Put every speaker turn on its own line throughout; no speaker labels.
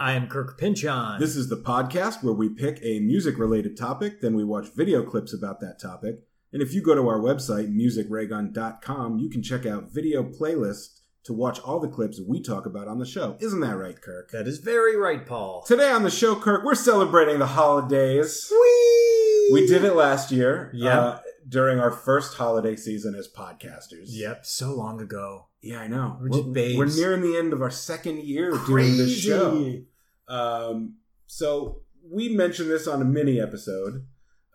I am Kirk Pinchon.
This is the podcast where we pick a music related topic, then we watch video clips about that topic. And if you go to our website, musicraygun.com, you can check out video playlists to watch all the clips we talk about on the show. Isn't that right, Kirk?
that is very right, Paul.
Today on the show, Kirk, we're celebrating the holidays.
Sweet.
We did it last year
Yeah.
uh, during our first holiday season as podcasters.
Yep, so long ago.
Yeah, I know.
We're just babes.
we're nearing the end of our second year doing this
Crazy.
show. Um, so we mentioned this on a mini episode.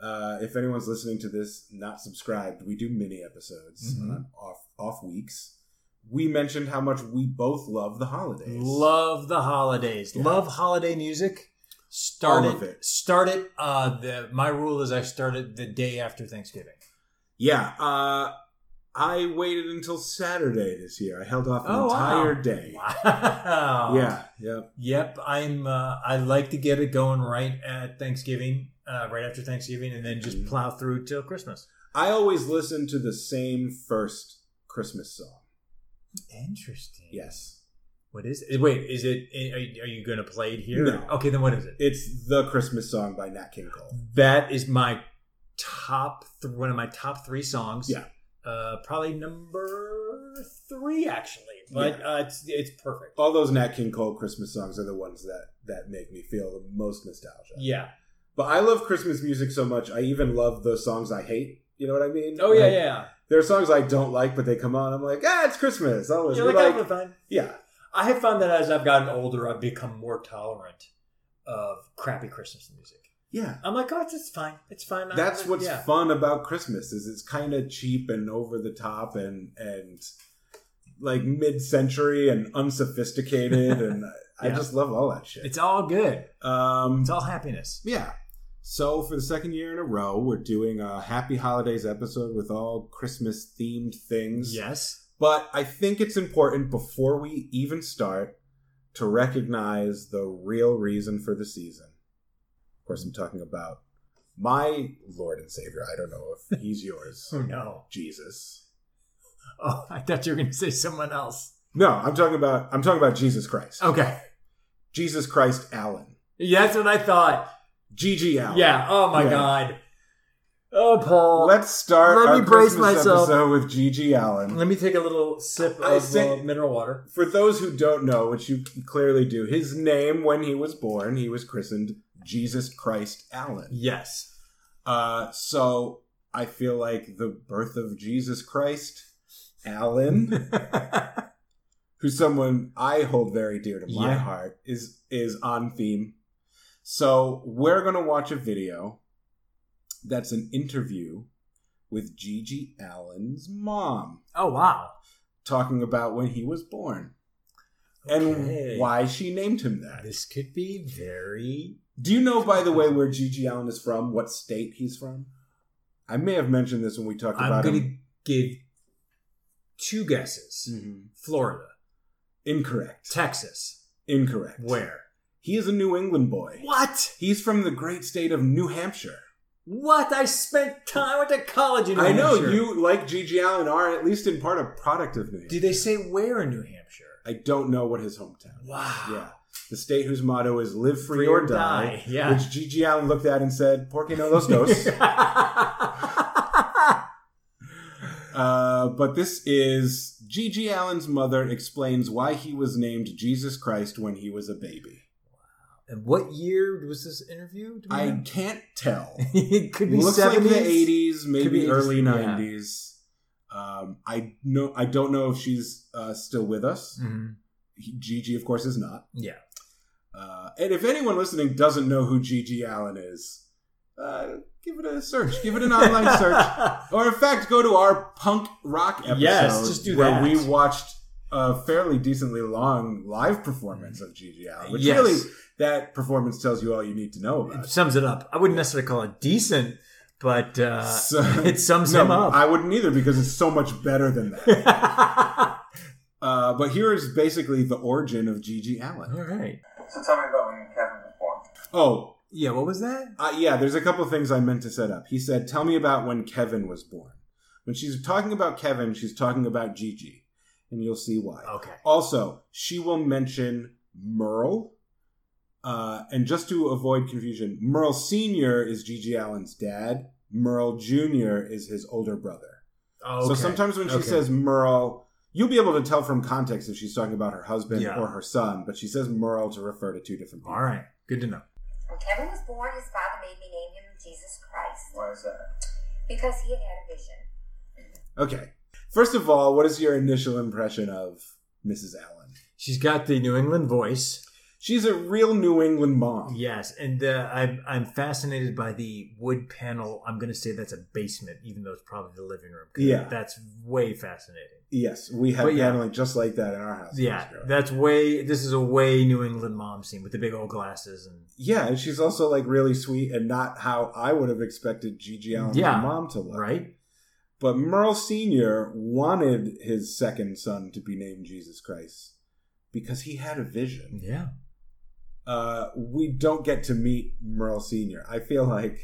Uh, if anyone's listening to this not subscribed, we do mini episodes
Mhm.
on off off weeks. We mentioned how much we both love the holidays.
Love the holidays.
Yeah.
Love holiday music. Start
All of it.
Start it. Uh, the, my rule is I start it the day after Thanksgiving.
yeah. Uh, I waited until Saturday this year. I held off an
Oh, wow.
entire day.
Wow.
Yeah, yeah.
Um, Yep, I'm. Uh, I like to get it going right at Thanksgiving, uh, right after Thanksgiving, and then just
Mhm.
plow through till Christmas.
I always listen to the same first Christmas song.
Interesting.
Yes.
What is it? Wait, is it? eh, Are you, are you going to play it here?
No.
Okay, then what is it?
It's the Christmas song by Nat King Cole.
That is my top th- one of my top three songs.
Yeah.
Uh, probably number three actually, but uh, it's it's perfect.
All those Nat King Cole Christmas songs are the ones that that make me feel the most nostalgia.
Yeah.
But I love Christmas music so much. I even love the songs I hate. You know what I mean?
Oh yeah,
Like,
yeah.
There are songs I don't like, but they come on. I'm like, ah, it's Christmas. I'll
yeah.
listen.
You're like, "Oh,
Like,
I'm fine.
yeah,
I have found that as I've gotten older, I've become more tolerant of crappy Christmas music.
yeah.
I'm like, oh, it's, it's fine. It's fine. I-
That's what's
yeah.
fun about Christmas is it's kind of cheap and over the top and and like mid century and unsophisticated and I
Yeah.
just love all that shit.
It's all good.
um,
It's all happiness.
Yeah. So for the second year in a row, we're doing a Happy Holidays episode with all Christmas themed things.
Yes.
But I think it's important before we even start to recognize the real reason for the season. Of course, I'm talking about my Lord and Savior. I don't know if he's yours,
Oh no.
Jesus.
Oh, I thought you were going to say someone else.
No, I'm talking about I'm talking about Jesus Christ.
Okay.
Jesus Christ Allen.
Yeah, that's what I thought.
GG Allen.
Yeah. Oh my
Yeah.
god. Oh, Paul.
Let's start
Let
our
me brace
Christmas
myself.
episode with GG Allen.
Let me take a little sip
I
of
say-
uh, mineral water.
for those who don't know, which you clearly do, his name when he was born, he was christened Jesus Christ Allen.
Yes.
Uh, so I feel like the birth of Jesus Christ Allen,
Oh,
who's someone I hold very dear to my
Yeah.
heart, is is on theme. So we're gonna watch a video that's an interview with Gigi Allen's mom
oh wow.
talking about when he was born
Okay.
and why she named him that.
This could be very.
Do you know, by the way, where Gigi Allen is from? What state he's from? I may have mentioned this when we talked
I'm
about
going
him.
to give two guesses:
Mhm.
Florida,
Incorrect.
Texas.
Incorrect.
Where?
He is a New England boy.
What?
He's from the great state of New Hampshire.
What? I spent time. I went to college in New
I know
Hampshire.
you, like Gigi Allen, are at least in part a product of New Hampshire.
Do they say where in New Hampshire?
I don't know what his hometown. Is.
Wow.
Yeah, the state whose motto is "Live free, or, die,",
Yeah.
which Gigi Allen looked at and said, "Por qué no los dos?" Uh, but this is Gigi Allen's mother explains why he was named Jesus Christ when he was a baby.
and what year was this interview? Do we
I
know?
can't tell.
it could be
Looks
70s.
like the eighties,
Could be
maybe
80s,
early
yeah.
nineties. Um, I know. I don't know if she's uh, still with us.
Mhm.
He- Gigi, of course, is not.
Yeah.
Uh, and if anyone listening doesn't know who Gigi Allen is, uh, give it a search. Give it an online search. Or in fact, go to our punk rock episode.
Yes, just do
where
that.
we watched a fairly decently long live performance of Gigi Allen, which
Yes.
really that performance tells you all you need to know about.
It
it.
sums it up. I wouldn't necessarily call it decent, but uh,
So-
it sums him up.
I wouldn't either because it's so much better than that. uh, but here is basically the origin of Gigi Allen.
All right.
So tell me about when Kevin was born.
Oh,
Yeah. What was that?
uh, yeah, there's a couple things I meant to set up. He said, "Tell me about when Kevin was born." When she's talking about Kevin, she's talking about Gigi,
Oh,
and you'll see why.
Okay.
Also, she will mention Merle Uh, and just to avoid confusion, Merle Sr. is Gigi Allen's dad. Merle Jr. is his older brother.
Oh,
So
okay.
sometimes when she
Okay.
says Merle, you'll be able to tell from context if she's talking about her husband
Yeah.
or her son, but she says Merle to refer to two different people.
All right. Good to know.
When Kevin was born, his father made me name him Jesus Christ
Why is that?
because he had had a vision.
Okay. First of all, what is your initial impression of Mrs. Allen?
She's got the New England voice.
She's a real New England mom.
Yes, and uh, I'm I'm fascinated by the wood panel. I'm going to say that's a basement, even though it's probably the living room. 'cause
Yeah.
that's way fascinating.
Yes, we have
But yeah.
paneling just like that in our house.
Yeah, that's way. This is a way New England mom scene with the big old glasses and
yeah, and she's also like really sweet and not how I would have expected Gigi Allen's
Yeah,
mom to look.
right.
But Merle Sr. wanted his second son to be named Jesus Christ because he had a vision.
Yeah,
uh, we don't get to meet Merle Sr. I feel like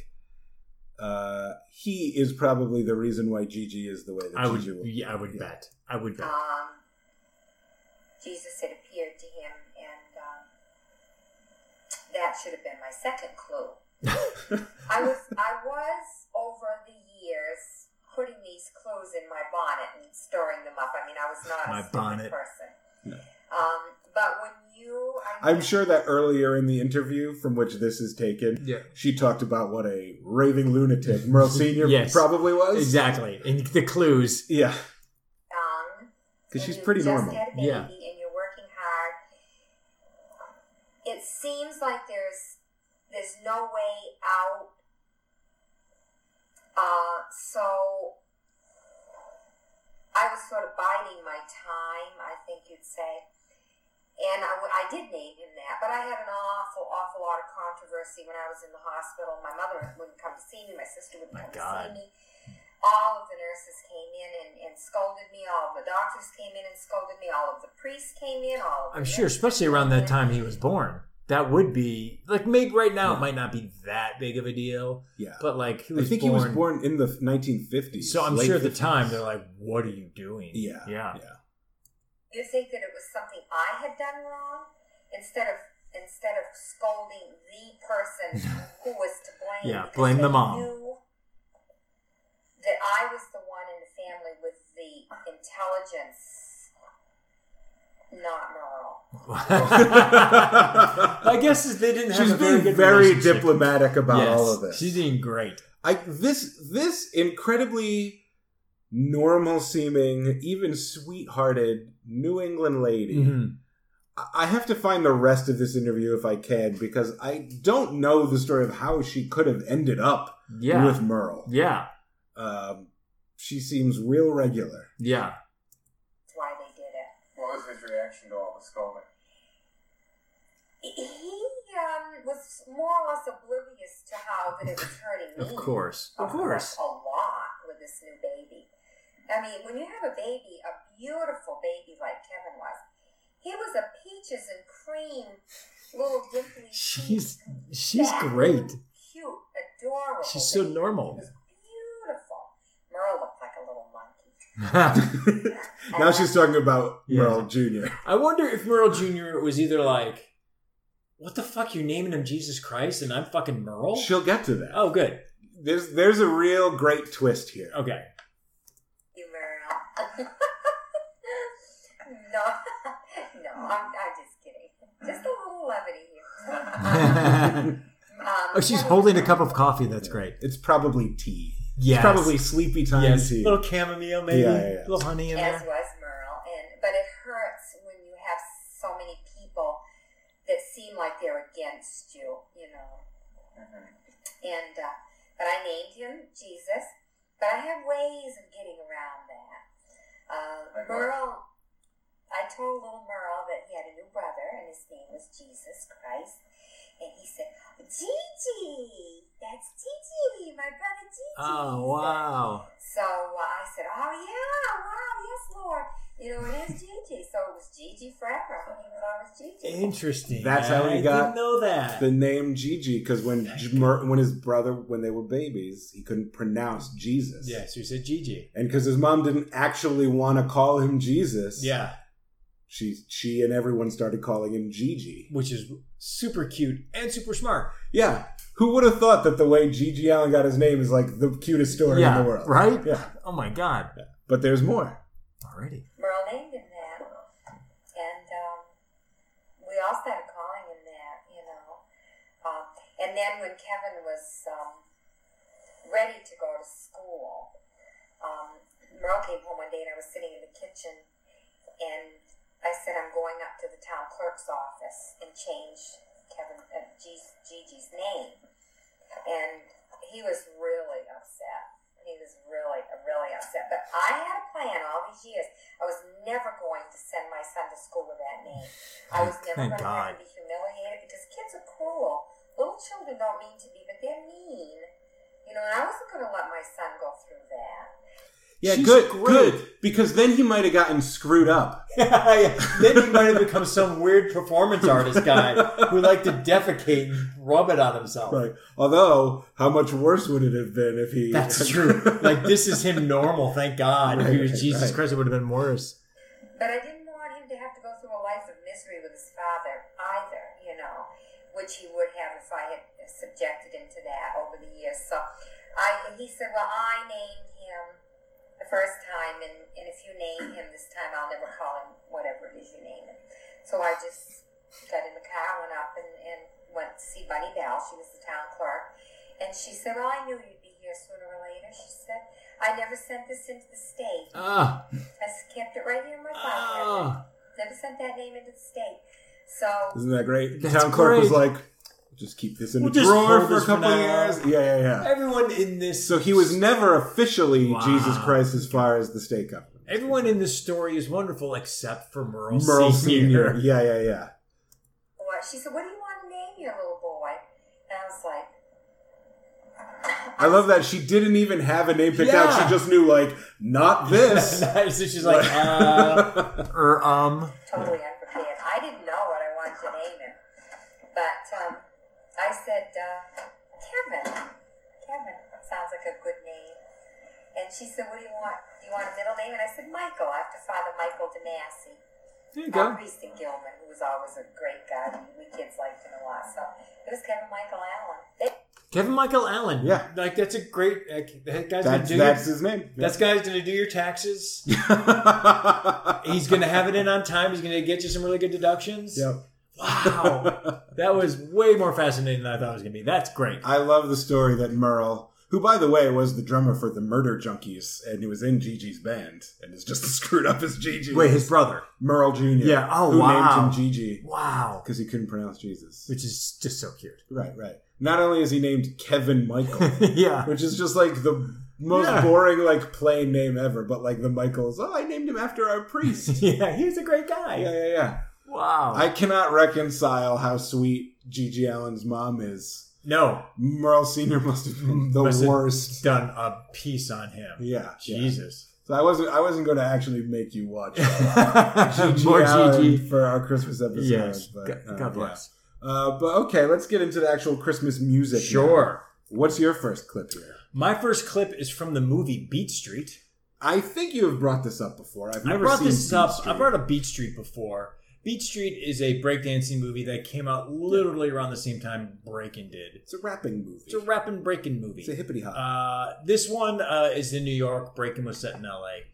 uh, he is probably the reason why Gigi is the way that
I would.
Gigi will-
Yeah, I would bet. I would bet.
Um, Jesus had appeared to him, and um, that should have been my second clue. I was I was over the years putting these clues in my bonnet and storing them up. I mean, I was not
My
a stupid
bonnet.
person.
No.
Um, but when you, I
I'm sure that earlier in the interview from which this is taken,
yeah,
she talked about what a raving lunatic Merle Sr.
Yes.
probably was.
exactly. And the clues.
Yeah.
young,
Because
and
she's
you've
pretty
Um, just
normal.
Had a baby
Yeah.
and you're working hard. It seems like there's there's no way out. Uh, so I was sort of biding my time, I think you'd say. And I, w- I did name him that, but I had an awful, awful lot of controversy when I was in the hospital. My mother wouldn't come to see me, my sister wouldn't
My
come
God.
to see me. All of the nurses came in and, and scolded me, all of the doctors came in and scolded me, all of the priests came in, all of the
I'm sure,
nurses
especially
came
around that
in.
time he was born. That would be like maybe right now
Yeah.
it might not be that big of a deal,
Yeah.
but like he
I
was
think
born,
he was born in the 1950s.
So I'm
late
sure at the
50s.
time they're like, "What are you doing?"
Yeah.
yeah,
you think that it was something I had done wrong instead of instead of scolding the person who was to blame.
Yeah,
because
blame the
they
mom.
Knew that I was the one in the family with the intelligence, not moral.
I guess is they didn't have
She's
a very
being
good
very
relationship.
diplomatic about
Yes,
all of this.
She's doing great.
I this this incredibly normal seeming, even sweethearted New England lady.
Mhm.
I- I have to find the rest of this interview if I can because I don't know the story of how she could have ended up
Yeah,
with Merle.
yeah,
Um, she seems real regular.
yeah.
That's why they did it.
What was his reaction to all the scolding?
He um, was more or less oblivious to how that it was hurting me.
Of course, of
a-
course.
A lot with this new baby. I mean, when you have a baby, a beautiful baby like Kevin was, he was a peaches and cream little dimply.
She's
pink,
she's
fat,
great.
Cute, adorable.
She's so
baby.
normal.
He was beautiful. Merle looked like a little monkey.
I
now she's talking about
Yeah.
Merle Jr.
wonder if Merle Jr. was either like, "What the fuck, you're naming him Jesus Christ, and I'm fucking Merle."
She'll get to that.
oh, good.
There's there's a real great twist here.
Okay.
You, Merle. no, no, I'm, I'm just kidding. Just a little levity here. Um,
oh, she's
Kevin-
holding a cup of coffee. That's great.
It's probably tea. It's
Yes.
probably sleepy time
yes.
tea.
little chamomile, maybe
Yeah, yeah, yeah.
little honey in there.
as was Merle, and but it hurts when you have so many people that seem like they're against you, you know. And uh, but I named him Jesus, but I have ways of getting around that. Uh,
Like what?
Merle, I told little Merle that he had a new brother, and his name was Jesus Christ, and he said, "Gigi, that's Gigi, my brother Gigi."
Oh
He said.
wow.
So uh, I said, "Oh yeah, wow, yes, Lord." You know, it is Gigi, so it was Gigi forever. I mean, it was always Gigi.
Interesting.
That's how he
I
got
didn't know that.
the name Gigi because when J- Mer- when his brother when they were babies he couldn't pronounce Jesus.
yeah, so you said Gigi.
and because his mom didn't actually want to call him Jesus.
Yeah,
she she and everyone started calling him Gigi.
which is
super cute and super smart.
Yeah. Who would have thought that the way Gigi Allen got his name is like the cutest story in
yeah,
the world?
right?
Yeah.
Oh my god!
But there's more.
Already,
Merlin and that. And um, we all started calling him that, you know. Um, and then when Kevin was um, ready to go to school, um, Merle came home one day and I was sitting in the kitchen and I said, I'm going up to the town clerk's office and change Kevin uh, G- Gigi's name. And he was really upset. He was really, really upset. But I had a plan all these years. I was never going to send my son to school with that name. I was never
Thank
going to
God.
let him be humiliated because kids are cruel. Little children don't mean to be, but they're mean. You know, and I wasn't going to let my son go through that.
Yeah,
She's
good,
good. Because then he might have gotten screwed up.
Yeah, Then he might have become some weird performance artist guy who liked to defecate and rub it on himself.
Right. Although, how much worse would it have been if he?
That's true. Like this is him normal. Thank God.
Right,
He was
right,
Jesus
Jesus Christ, it would have been worse.
But I didn't want him to have to go through a life of misery with his father either, you know, which he would have if I had subjected him to that over the years. So I, he said, well, I named him the first time, and, and if you name him this time, I'll never call him whatever it is you name him. So I just got in the car, went up, and, and went to see Bunny Bell. She was the town clerk. And she said, well, I knew you'd be here sooner or later. She said, I never sent this into the state.
Ah,
I s- kept it right here in my pocket.
ah.
Never sent that name into the state. So
Isn't that great? The
That's
town clerk was
great.
like, "Just keep this in
We'll
the
just
drawer
hold
for a
this for
couple
now."
years." Yeah, yeah, yeah.
Everyone in this.
So he was never officially
Wow.
Jesus Christ as far as the state government.
Everyone in this story is wonderful except for Merle,
Merle Senior.
Senior.
Yeah, yeah, yeah.
what, she said, What do you want to name your little boy? And I was like,
I love that she didn't even have a name picked out.
Yeah.
She just knew like, not this.
Nice. So she's like, uh,
Or um,
totally unprepared. I didn't know what I wanted to name him. But um, I said, uh, Kevin. Kevin sounds like a good name. And she said, What do you want? Do you want a middle name? And I said, Michael, after Father Michael DeMassey.
there you go.
Our priest in Gilman, who was always a great guy. We, we kids liked him a lot. So it was Kevin Michael Allen. They
Kevin Michael Allen.
Yeah.
like that's a great. Uh, that guy's gonna
That's
do.
that's
your,
his name.
that's guy's gonna do your taxes.
yep.
He's gonna have it in on time. He's gonna get you some really good deductions. Wow,
That was way more fascinating than I thought it was going to be. That's great.
I love the story that Merle, who by the way was the drummer for the Murder Junkies and he was in Gigi's band and is just as screwed up as Gigi.
Wait, his brother.
Merle Jr.
Yeah, oh,
who
wow.
named him Gigi
Wow.
because he couldn't pronounce Jesus.
Which is just so cute.
Right, right. Not only is he named Kevin Michael,
yeah.
which is just like the most
Yeah.
boring like plain name ever, but like the Michaels. Oh, I named him after our priest.
Yeah, he was a great guy.
yeah, yeah, yeah.
Wow.
I cannot reconcile how sweet Gigi Allen's mom is.
no,
Merle Senior must have been the
Must have
worst.
done a piece on him.
Yeah, yeah.
Jesus.
So I wasn't. I wasn't going to actually make you watch Gigi
More
Allen
GG.
for our Christmas episode.
Yes.
but,
God,
uh,
God bless.
yeah. Uh, but okay, let's get into the actual Christmas music. now.
Sure.
What's your first clip here?
My first clip is from the movie Beat Street.
I think you have brought this up before. I've
I
never
brought
seen
this
Beat
up.
Street.
I brought up Beat Street before. Beat Street is a breakdancing movie that came out literally around the same time Breakin' did.
It's a rapping movie.
It's a rap and breakin' movie.
It's a hippity hop.
Uh, this one uh, is in New York. Breakin' was set in L.A.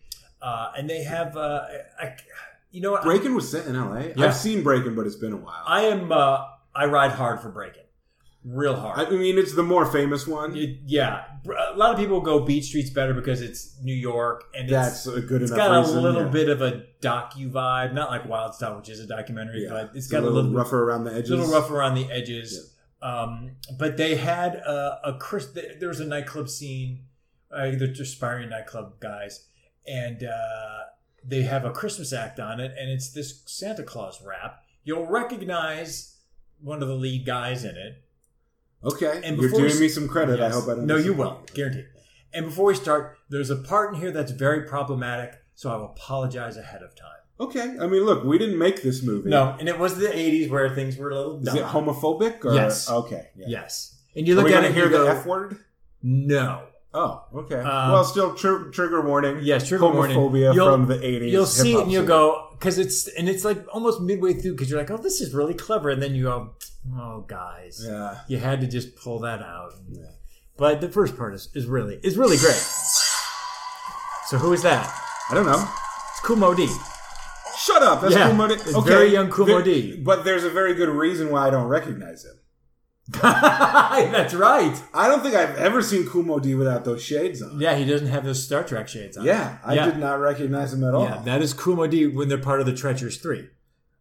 Uh, and they have, uh, I, you know what?
Breaking was set in L.A.
Yeah.
I've seen Breaking, but it's been a while.
I am. Uh, I ride hard for Breakin', real hard.
I mean, it's the more famous one.
It- yeah, Br- a lot of people go Beat Street's better because it's New York and it's,
That's a good
it's
enough
got
reason,
a little
yeah.
bit of a docu vibe, not like Wild Style, which is a documentary,
Yeah.
but it's
It's
got a little,
rougher around the edges.
little rough around the edges. Um, but they had a, a Chris. th- There was a nightclub scene. Uh, they're just aspiring nightclub guys, and uh, they have a Christmas act on it, and it's this Santa Claus rap. You'll recognize one of the lead guys in it.
Okay,
And
you're
before
doing
we-
me some credit.
Yes.
I hope I don't.
No, you
disappoint
will, guaranteed. And before we start, there's a part in here that's very problematic, so I will apologize ahead of time.
Okay, I mean, look, we didn't make this movie.
No, and it was the '80s where things were a little
is
dumb.
it homophobic? Or,
Yes.
Okay. Yeah.
Yes, and you
Are
look
we
at
gonna
it
hear
here.
the
Go,
F word?
no.
Oh, okay.
Um,
well, still tr- trigger warning.
Yes, trigger warning.
homophobia
You'll-
from the '80s.
You'll see it
hip-hop
and you'll
scene.
go because it's and it's like almost midway through because you're like, oh, this is really clever, and then you go, Oh, guys,
Yeah.
you had to just pull that out.
Yeah.
But the first part is, is really is really great. So who is that?
I don't know.
It's Kumo D.
Shut up. That's
Yeah,
Kumo D.
it's very young Kumo D.
But there's a very good reason why I don't recognize him.
That's right.
I don't think I've ever seen Kumo D without those shades on.
Yeah, he doesn't have those Star Trek shades on.
Yeah, I
Yeah.
did not recognize him at all.
Yeah, that is Kumo D when they're part of the Treacherous Three.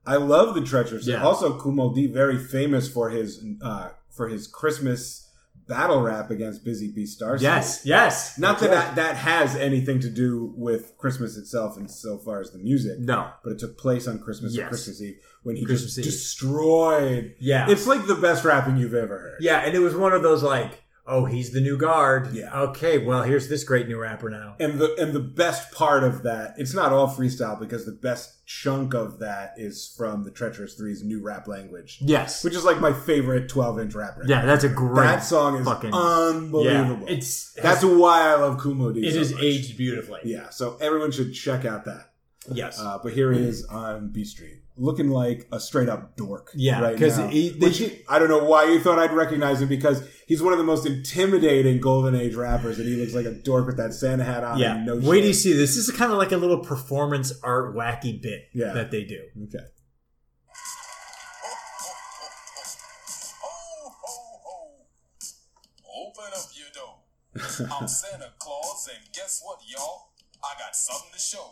I love the treacherous.
Yeah.
Also, Kumo D very famous for his uh, for his Christmas battle rap against Busy Bee Star.
Yes, yes.
Not that, that that has anything to do with Christmas itself, and so far as the music,
No.
but it took place on Christmas
Yes.
or Christmas Eve when he
Christmas
just
Eve.
destroyed.
Yeah.
It's like the best rapping you've ever heard.
yeah, and it was one of those like, oh, he's the new guard.
Yeah.
Okay, well, here's this great new rapper now.
And the and the best part of that, it's not all freestyle because the best chunk of that is from the Treacherous Three's new rap language,
Yes.
which is like my favorite twelve inch rap record.
Yeah, that's a great
that song is
fucking-
unbelievable.
Yeah, it's
that's why I love Kumo D.
it
so
is
much.
aged beautifully.
Yeah, so everyone should check out that.
Yes.
Uh, but here he is on B Street, looking like a straight up dork.
Yeah,
right
'cause
now.
he- they-
Which I don't know why you thought I'd recognize him because he's one of the most intimidating Golden Age rappers, and he looks like a dork with that Santa hat on.
yeah.
and no
Wait till you
shirt.
see this. This is kind of like a little performance art wacky bit
Yeah.
that they do.
Okay.
Ho, ho, ho. Open up your door. I'm Santa Claus, and guess what, y'all? I got something to show.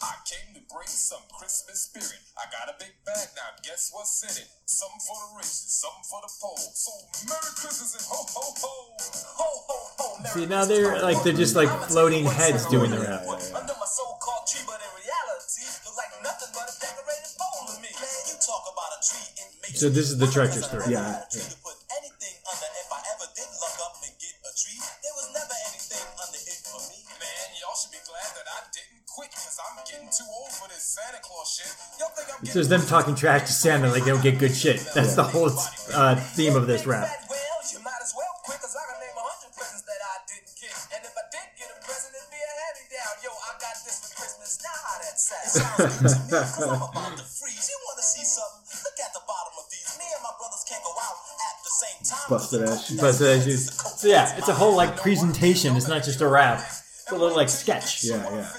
I came to bring some Christmas spirit. I got a big bag now. Guess what's in it? Something for the rich and something for the poor. So Merry Christmas and ho ho ho, ho ho ho.
See,
Merry
now they're,
Christmas.
like, they're just, like,
I'ma tell you
floating
what's
heads
going
doing
on.
their rap.
Under my so-called tree, but in reality, look like nothing but a decorated bowl to me. Man, you talk about a tree and make
So this is the treacherous
story.
third.
Yeah, yeah.
To put anything under, if I ever did look up and get a tree, there was never anything under it for me. Man, y'all should be glad that I didn't quit, cause I'm getting too old for this Santa Claus shit. Y'all think I'm
So it's them talking trash to Santa like they'll get good shit. That's the whole uh, theme of this rap.
Well, you might as well quit, cause I can name a hundred presents that I didn't get. And if I did get a present, it'd be a hand down. Yo, I got this for Christmas. Now how that sounds. Sounds good to me, cause I'm about to freeze. You wanna see something? Look at the bottom of these. Me and my brothers can't go out at the same time.
Busted ass shit.
But uh, it's- so yeah, it's a whole like presentation. It's not just a rap. It's a little like sketch.
Yeah, yeah.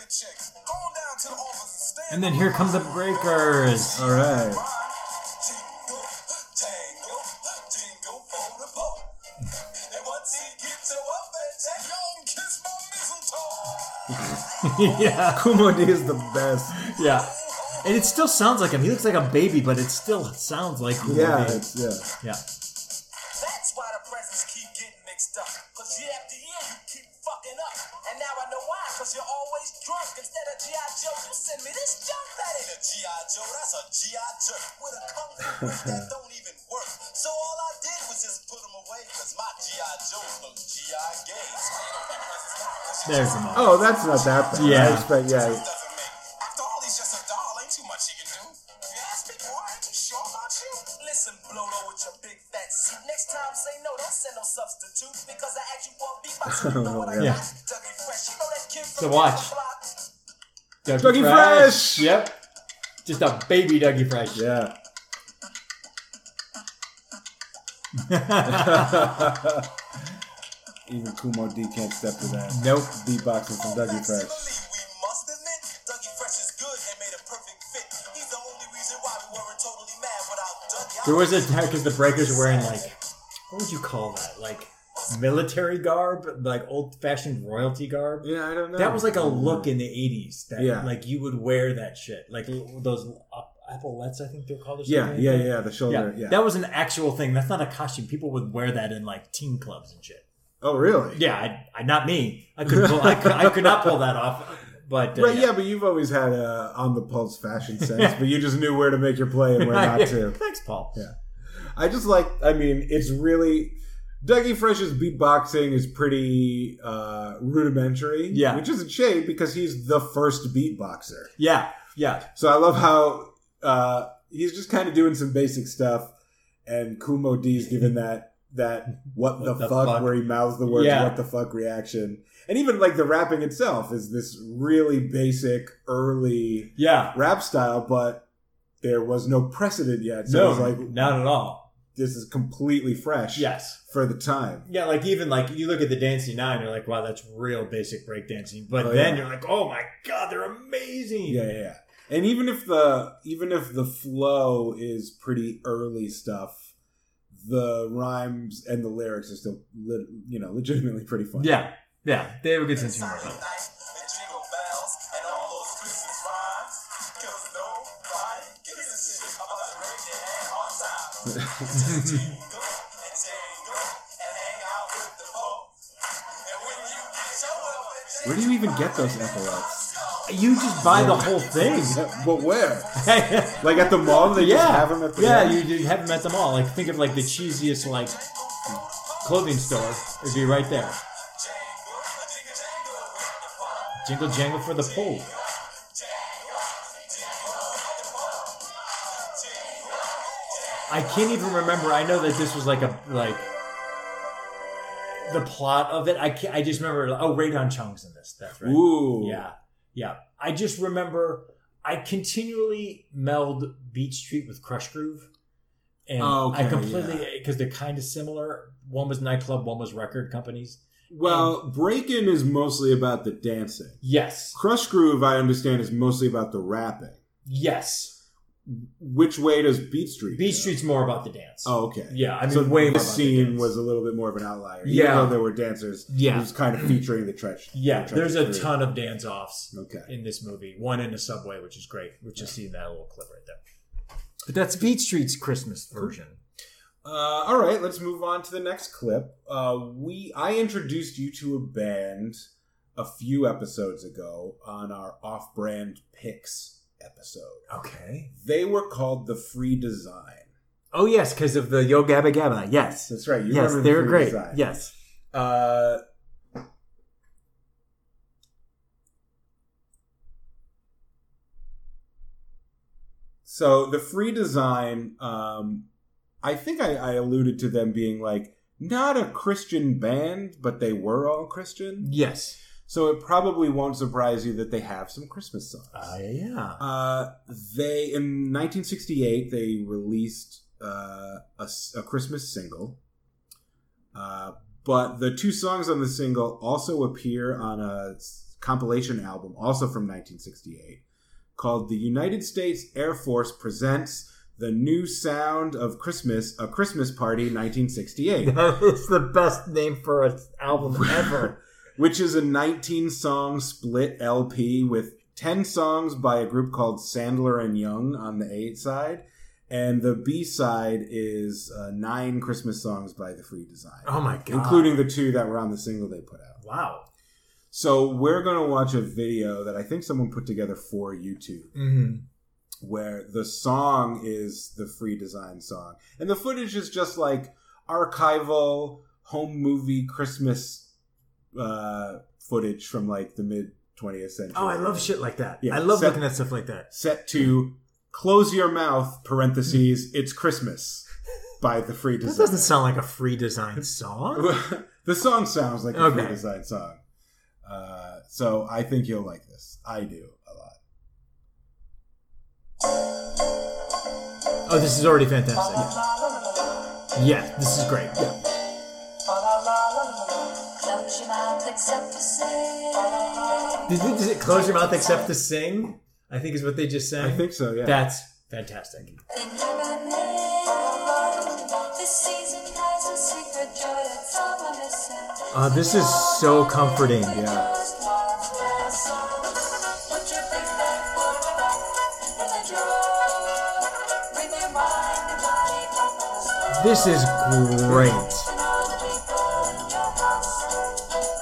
And then here come the breakers.
All right.
yeah,
Kumo D is the best.
yeah. And it still sounds like him. He looks like a baby, but it still sounds like Kumo
Yeah,
D.
it's, yeah.
Yeah.
That's why the presents keep getting mixed up. Cause year after year E, you keep fucking up. And now I know why, cause you're always drunk. Instead of G.I. Joe, you send me this junk that ain't a G.I. Joe, that's a G.I. jerk. With a kung fu whip that don't even work. So all I did was just put them away, cause my G.I. Joes look G.I. gay.
There's the moment.
Oh, that's not that bad.
Yeah.
I expect, yeah.
Doesn't make. After all, he's just a doll. Ain't too much he can do. If you ask me, boy, ain't you sure about you? Listen, Blolo, with your big fat seat. Next time, say no. Don't send no substitute because I asked you for a beatbox. You know what I
Yeah.
got? Dougie Fresh. You know that kid
So
from
watch.
the block.
Dougie
Dougie,
Fresh!
Yep. Just a baby Dougie Fresh.
Yeah. Even Kumo D can't step to that.
Nope.
Beatboxing from Dougie
Facts to
Fresh.
believe, we must admit, Dougie Fresh is good and made a perfect fit. He's the only reason why we weren't totally mad without Dougie.
There was a time because the breakers were wearing like, what would you call that? Like military garb, like old fashioned royalty garb.
Yeah, I don't know.
That was like a look in the '80s. That
Yeah.
like you would wear that shit, like l- those up- epaulets. I think they're called. Or
Yeah,
something
yeah,
like that.
yeah. The shoulder. Yeah.
That was an actual thing. That's not a costume. People would wear that in like teen clubs and shit.
oh, really?
Yeah, I, I not me. I could, pull, I could I could not pull that off. But uh,
Right, yeah, but you've always had a on the pulse fashion sense, but you just knew where to make your play and where not to.
Thanks, Paul.
Yeah. I just like, I mean, it's really. Dougie Fresh's beatboxing is pretty uh, rudimentary.
Yeah.
Which is a shame because he's the first beatboxer.
Yeah, yeah,
So I love how uh, he's just kind of doing some basic stuff, and Kumo D's given that that what, the, fuck, where he mouths the words
Yeah.
what the fuck reaction, and even like the rapping itself is this really basic early
yeah.
rap style, but there was no precedent yet. So
No,
it was like
not at all.
this is completely fresh
Yes.
for the time.
Yeah, like even like you look at the Dancing Nine, you're like, wow, that's real basic breakdancing. But
Oh,
then
yeah.
you're like, oh my god, they're amazing.
Yeah, yeah, yeah. And even if the even if the flow is pretty early stuff, the rhymes and the lyrics are still lit, you know legitimately pretty funny.
Yeah, yeah. They have a good sense of humor.
Silent night, the jingle bells, and all those Christmas rhymes. 'Cause nobody gives a shit about the rate they had on time. Just jingle and jingle and hang out with the folks. And when you get your welfare
Where do you even get those epilogues?
You just buy the whole thing.
But where? Like at the mall? They just
yeah,
have them at the
yeah,
mall?
you, you have them at the mall. Like think of like the cheesiest like clothing store. It'd be right there. Jingle jangle for the pole. I can't even remember. I know that this was like a like the plot of it. I can't, I just remember. Oh, Radon Chung's in this. That's right.
Ooh.
Yeah. Yeah. I just remember I continually meld Beach Street with Crush Groove. And
Okay,
I completely, because they're kind of similar. One was nightclub, one was record companies.
Well, breaking is mostly about the dancing.
Yes.
Crush Groove, I understand, is mostly about the rapping.
Yes.
Which way does Beat Street?
Beach
go?
Street's more about the dance.
Oh, okay.
Yeah. I mean,
so
way more.
this
about the
scene
dance.
was a little bit more of an outlier.
Yeah.
Even though there were dancers,
Yeah.
it was kind of featuring the trench.
Yeah.
the trench
There's a
crew.
ton of dance offs
Okay.
in this movie. One in the subway, which is great. We've just seen that little clip right there. But that's Beach Street's Christmas version.
Uh, all right, let's move on to the next clip. Uh, we I introduced you to a band a few episodes ago on our off-brand picks episode.
Okay.
They were called the Free Design.
Oh yes, because of the Yo Gabba Gabba. Yes,
That's right. You
yes,
remember the
they were
Free
great.
Design.
Yes,
Uh, so the free design, um, I think I, I alluded to them being like not a Christian band, but they were all Christian.
Yes.
So it probably won't surprise you that they have some Christmas songs.
Ah, yeah.
Uh, they in 1968 they released uh, a, s- a Christmas single, uh, but the two songs on the single also appear on a s- compilation album, also from 1968, called "The United States Air Force Presents." The new sound of Christmas, a Christmas party, 1968,
that is the best name for an album ever.
which is a 19 song split LP with 10 songs by a group called Sandler and Young on the A side. And the B side is uh, nine Christmas songs by the Free Design,
oh my god!
including the two that were on the single they put out.
Wow.
So we're going to watch a video that I think someone put together for YouTube
Mm-hmm.
where the song is the free design song and the footage is just like archival home movie christmas uh, footage from like the mid 20th century
oh, I love shit like that.
Yeah,
I love
set-
looking at stuff like that.
set to close your mouth parentheses it's christmas by the free
That
design
doesn't sound like a free design song.
the song sounds like a free
Okay.
design song uh, so i think you'll like this i do a lot
Oh, this is already fantastic. Yeah, this is great.
Close your mouth except to say.
Did they just close your mouth except to sing? I think is what they just sang.
i think so yeah
that's fantastic.
Then here I'm in. This season has a secret joy that someone is missing.
Uh, this is so comforting.
yeah
Put your big back foot back in the drawer. Rewind the body from the store.
This is great.
And all the people in your house.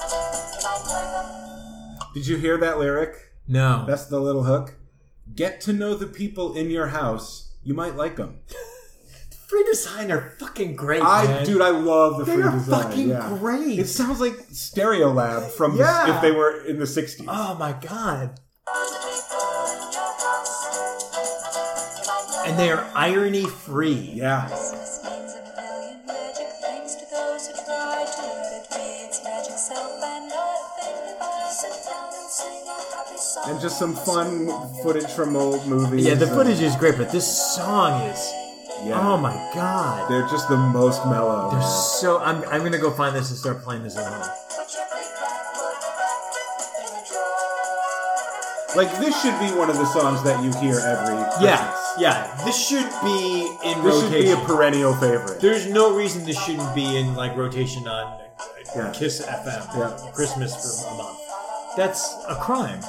Like them.
did you hear that lyric
No.
That's the little hook. Get to know the people in your house. You might like them.
free design are fucking great.
I,
man.
dude, I love the
They
free
are
design.
fucking
yeah.
great.
It sounds like Stereo Lab from the,
Yeah.
if they were in the '60s.
Oh my god. And they are irony free.
yeah,
Christmas means a million magic things to those who try to let it be its magic self and not think about it. Sit down and sing a happy song.
and just some fun footage from old movies.
Yeah, the
and-
footage is great, but this song is
Yeah.
Oh my god.
They're just the most mellow.
They're so. I'm, I'm gonna go find this and start playing this at home.
Like this should be one of the songs that you hear every.
Yeah,
Christmas.
yeah. This should be in
This should
rotation.
be a perennial favorite.
There's no reason this shouldn't be in like rotation on uh,
Yeah.
Kiss FM.
Yeah.
Christmas for a month. That's a crime.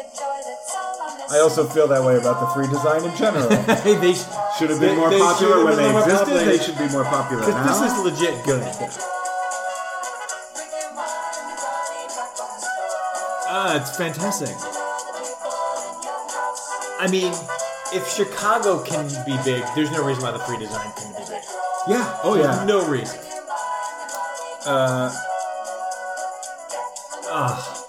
I also feel that way about the free design in general.
Hey, they sh-
Should have been
They-
more
they
popular
should have
when
been
they
more
existed.
popular.
They should be more popular
This,
now.
this is legit good. Ah, it's fantastic. I mean, if Chicago can be big, there's no reason why the free design couldn't be big.
yeah. Oh yeah.
No reason.
Uh,
Ah,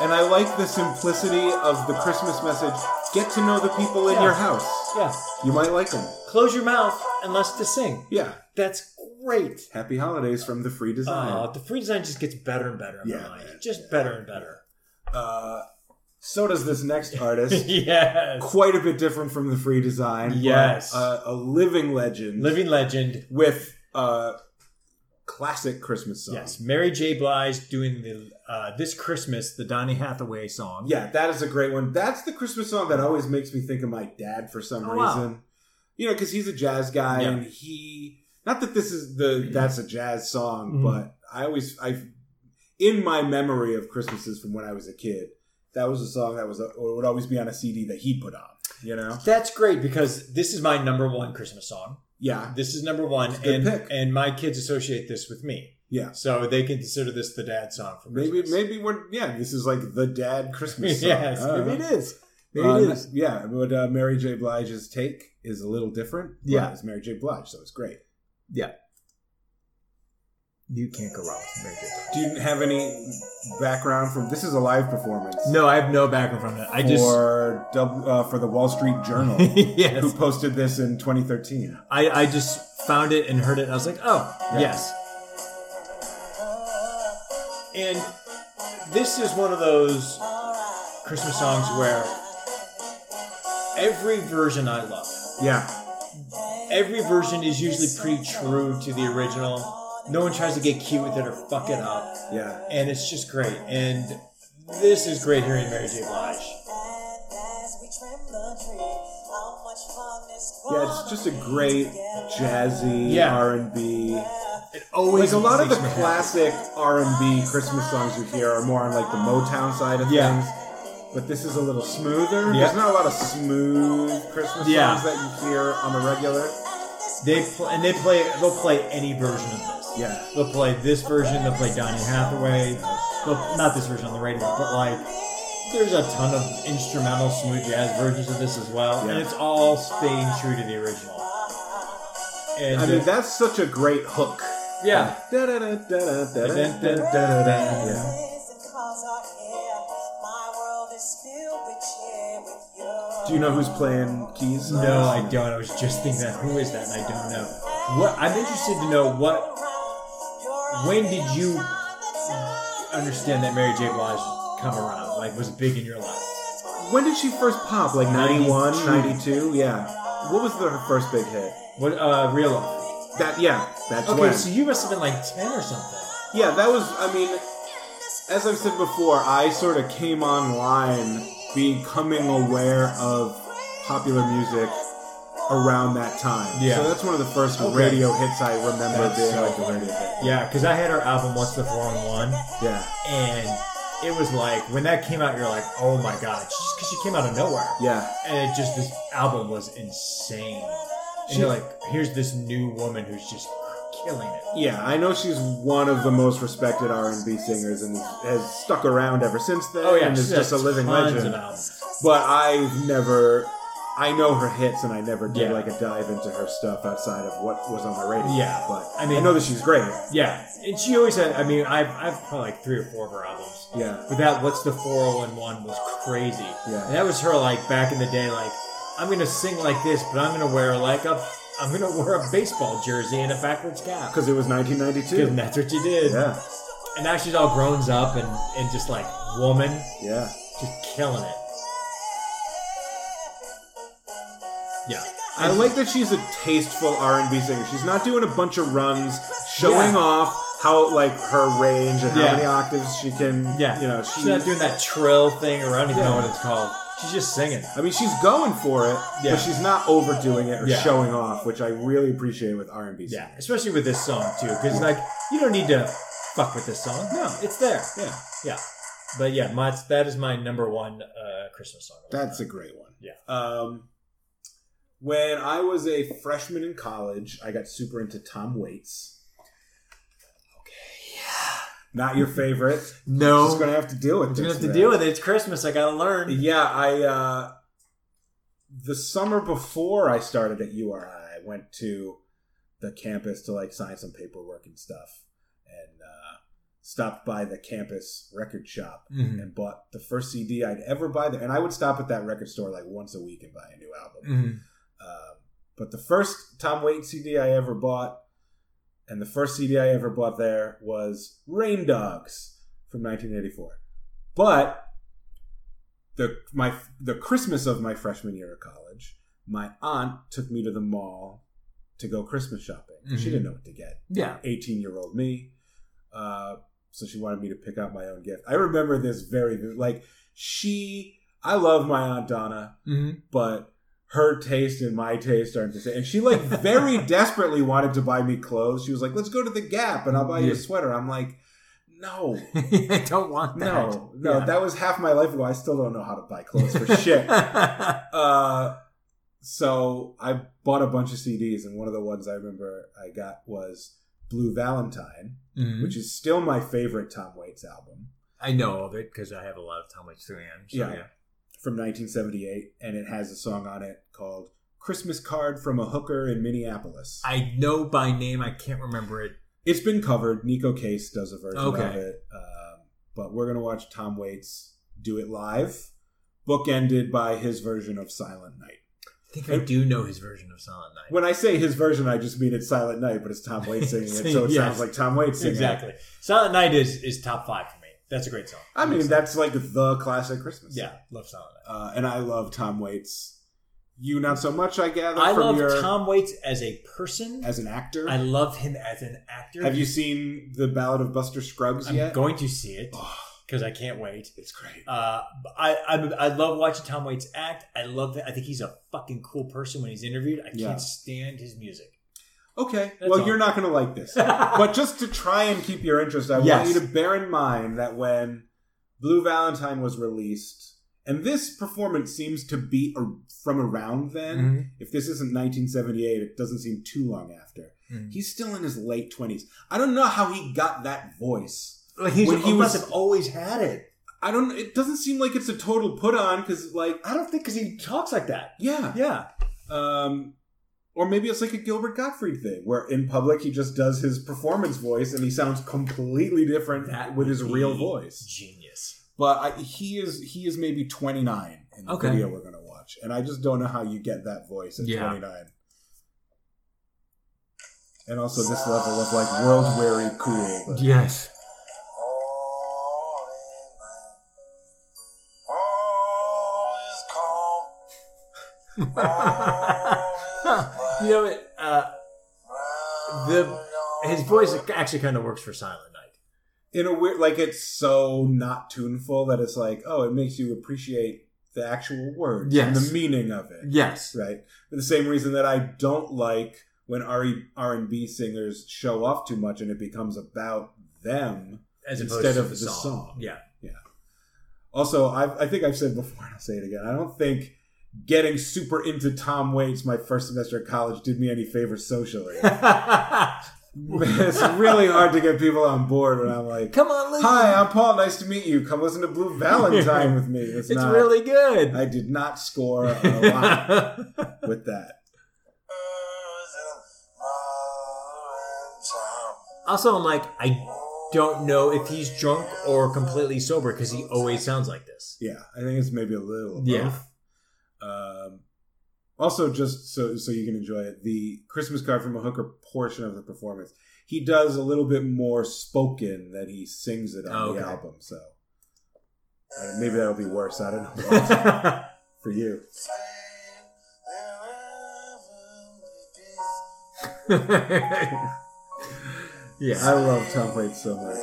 and I like the simplicity of the Christmas message. Get to know the people in
Yeah.
your house.
yeah.
You might like them.
Close your mouth unless to sing.
Yeah.
That's great.
Happy holidays from the free design.
Oh, the free design just gets better and better in
Yeah,
my mind.
man.
Just better and better.
Uh, so does this next artist.
yes.
Quite a bit different from the free design. but,
Yes.
uh, a living legend
Living legend.
with uh, classic Christmas songs.
Yes. Mary J. Blige doing the uh, this Christmas the Donny Hathaway song.
Yeah, that is a great one. That's the Christmas song that always makes me think of my dad for some
Oh, wow.
reason. You know, because he's a jazz guy
Yeah.
and he. Not that this is the that's a jazz song,
Mhm.
but I always I, in my memory of Christmases from when I was a kid, that was a song that was a, or would always be on a CD that he put on. You know,
That's great because this is my number one Christmas song.
yeah,
This is number one,
good
and
pick.
and my kids associate this with me,
yeah.
so they can consider this the dad song for
Maybe
Christmas.
maybe we're yeah. This is like the dad Christmas song.
yes,
I don't
maybe
know.
it is. Maybe
Uh,
it is.
Yeah, but uh, Mary J. Blige's take is a little different. but
Yeah.
it's Mary J. Blige, so it's great.
You can't go wrong with Mary J. Blige.
Do you have any background from this? Is a live performance.
No, I have no background from that. I just
for dub, uh, for the Wall Street Journal,
yes.
who posted this in 2013.
I, I just found it and heard it and I was like, oh,
Yeah.
yes. And this is one of those Christmas songs where every version I love.
Yeah,
Every version is usually pretty true to the original. No one tries to get cute with it or fuck it up.
yeah.
And it's just great. And this is great hearing Mary J. Blige.
Yeah, it's just a great jazzy
Yeah.
R&B.
It
Like
always
a lot of the
makes me happy.
classic R&B Christmas songs you hear are more on like the Motown side of
Yeah.
things. But this is a little smoother.
Yeah.
There's not a lot of smooth Christmas
Yeah.
songs that you hear on the regular.
They pl- and they play. They'll play any version of this.
Yeah.
They'll play this version. They'll play Donny Hathaway. They'll, not this version on the radio, but like there's a ton of instrumental smooth jazz versions of this as well, and
Yeah.
it's all staying true to the original. And
I mean,
the-
that's such a great hook.
yeah,
Yeah. Do you know who's playing keys? on
no,
this?
I don't. I was just thinking that who is that, and I don't know. What I'm interested to know what. When did you understand that Mary J. Blige come around? Like was big in your life?
When did she first pop? Like 91, 92? Yeah. What was the, her first big hit?
What uh, real life?
That yeah, that's
Okay,
when.
so you must have been like ten or something.
yeah, that was. I mean, as I've said before, I sort of came online becoming aware of popular music around that time.
Yeah.
So that's one of the first
Okay.
radio hits I remember
That's
being
so
like a
cool.
radio hit.
Yeah, because I had her album What's the Four on One,
Yeah.
and it was like when that came out, you're like, oh my god, just because she came out of nowhere.
Yeah.
and it just this album was insane. And you're like, here's this new woman who's just killing it.
Yeah, I know she's one of the most respected R and B singers, and has stuck around ever since then.
Oh yeah,
and
she's
is just a
got
living
tons of
legend.
albums.
But I've never, I know her hits, and I never did
Yeah.
like a dive into her stuff outside of what was on the radio.
Yeah.
but
I
I
mean-
mean, I know that she's great.
Yeah, and she always had. I mean, I've I've probably like three or four of her albums.
Yeah,
But that What's the 4011 was crazy.
Yeah.
And that was her like back in the day, like, I'm gonna sing like this, but I'm gonna wear like a I'm gonna wear a baseball jersey and a backwards cap.
because it was 1992.
And that's what you did.
Yeah,
And now she's all grown up and, and just like woman,
Yeah.
just killing it.
Yeah.
I like that she's a tasteful R&B singer. She's not doing a bunch of runs, showing
Yeah.
off how like her range and how
Yeah.
many octaves she can.
Yeah.
you know,
she's
she,
not doing that trill thing or I don't even know
Yeah.
what it's called. She's just singing.
I mean, she's going for it,
Yeah.
but she's not overdoing it or
Yeah.
showing off, which I really appreciate with R&B.
Yeah,
singers.
especially with this song too, because like you don't need to fuck with this song. No, it's there.
yeah,
Yeah, but yeah, my, that is my number one uh, Christmas song.
that's a great one.
Yeah.
Um, when I was a freshman in college, I got super into Tom Waits. Okay. Not your favorite.
no.
Just gonna have to deal with.
I'm
this,
gonna have
man.
to deal with it. It's Christmas. I gotta learn.
Yeah, I uh, the summer before I started at URI, I went to the campus to like sign some paperwork and stuff, and uh, stopped by the campus record shop
Mhm.
and bought the first CD I'd ever buy there. And I would stop at that record store like once a week and buy a new album.
Mhm.
Um, but the first Tom Waits CD I ever bought, and the first CD I ever bought there was Rain Dogs from 1984. But the my the Christmas of my freshman year of college, my aunt took me to the mall to go Christmas shopping. She
Mhm.
didn't know what to get.
Yeah.
18 year old me. Uh, so she wanted me to pick out my own gift. I remember this very like she. I love my aunt Donna
Mhm.
but her taste and my taste aren't the same. And she like very desperately wanted to buy me clothes. She was like, "Let's go to the Gap and I'll buy you a
Yeah.
sweater." I'm like, "No,
I don't want that.
no, no." That was half my life ago. I still don't know how to buy clothes for Oh, shit.
Yeah.
Uh, so I bought a bunch of CDs, and one of the ones I remember I got was Blue Valentine,
Mhm.
which is still my favorite Tom Waits album.
I know of it because I have a lot of Tom Waits fans. So
Yeah.
yeah.
from 1978, and it has a song on it called "Christmas Card from a Hooker in Minneapolis."
I know by name. I can't remember it.
it's been covered. Nico Case does a version of
Okay.
it, um, but we're gonna watch Tom Waits do it live, bookended by his version of "Silent Night."
I think I do know his version of Silent Night.
When I say his version, I just mean it's "Silent Night," but it's Tom Waits singing it, so it
Yes.
sounds like Tom Waits singing. it.
exactly. Silent Night is is top five for me. That's a great song.
I mean, that's like the classic Christmas.
yeah,
song.
love Silent Night.
uh, and I love Tom Waits. You not so much, I gather.
I
from
love
your,
Tom Waits as a person.
as an actor.
I love him as an actor.
Have you seen the Ballad of Buster Scruggs
I'm
yet?
going to see it
Oh,
because I can't wait.
it's great.
Uh, I, I I love watching Tom Waits act. I love that. I think he's a fucking cool person when he's interviewed. I can't
Yeah.
stand his music.
Okay,
That's
well,
all.
you're not going to like this, but just to try and keep your interest, I
Yes.
want you to bear in mind that when Blue Valentine was released, and this performance seems to be a, from around then. If this isn't 1978, it doesn't seem too long after.
Mhm.
He's still in his late 20s. I don't know how he got that voice.
Like he's,
When he
he must
was-
have always had it.
I don't. It doesn't seem like it's a total put on because, like,
I don't think because he talks like that.
yeah,
Yeah,
Um, or maybe it's like a Gilbert Gottfried thing, where in public he just does his performance voice and he sounds completely different with his
would
real
be
voice.
Genius.
But I, he is he is maybe 29 in the
Okay.
video we're gonna watch, and I just don't know how you get that voice at
Yeah.
29. And also this level of like world weary cool. but-
Yes.
All is mine. All is calm.
you know it. Uh, the his voice actually kind of works for Silent Night.
in a weird like it's so not tuneful that it's like oh it makes you appreciate the actual words and
Yes.
the meaning of it.
Yes.
right? For the same reason that I don't like when RE R and B singers show off too much and it becomes about them.
As
Instead
opposed to
of the song.
Yeah.
Also, I, I think I've said before, and I'll say it again. I don't think getting super into Tom Waits my first semester of college did me any favor socially. it's really hard to get people on board when I'm like,
Come on, listen.
"Hi, I'm Paul. Nice to meet you. Come listen to Blue Valentine with me." It's,
it's
not,
really good.
I uh, did not score a lot with that.
also, I'm like, I don't know if he's drunk or completely sober because he always sounds like this.
Yeah, I think it's maybe a little. Of
Yeah.
both. Um, also, just so so you can enjoy it, the Christmas card from a hooker portion of the performance, he does a little bit more spoken than he sings it on
Oh,
the
okay.
album. So I don't- maybe that'll be worse. I don't know for you. yeah, I love Tom Waits so much.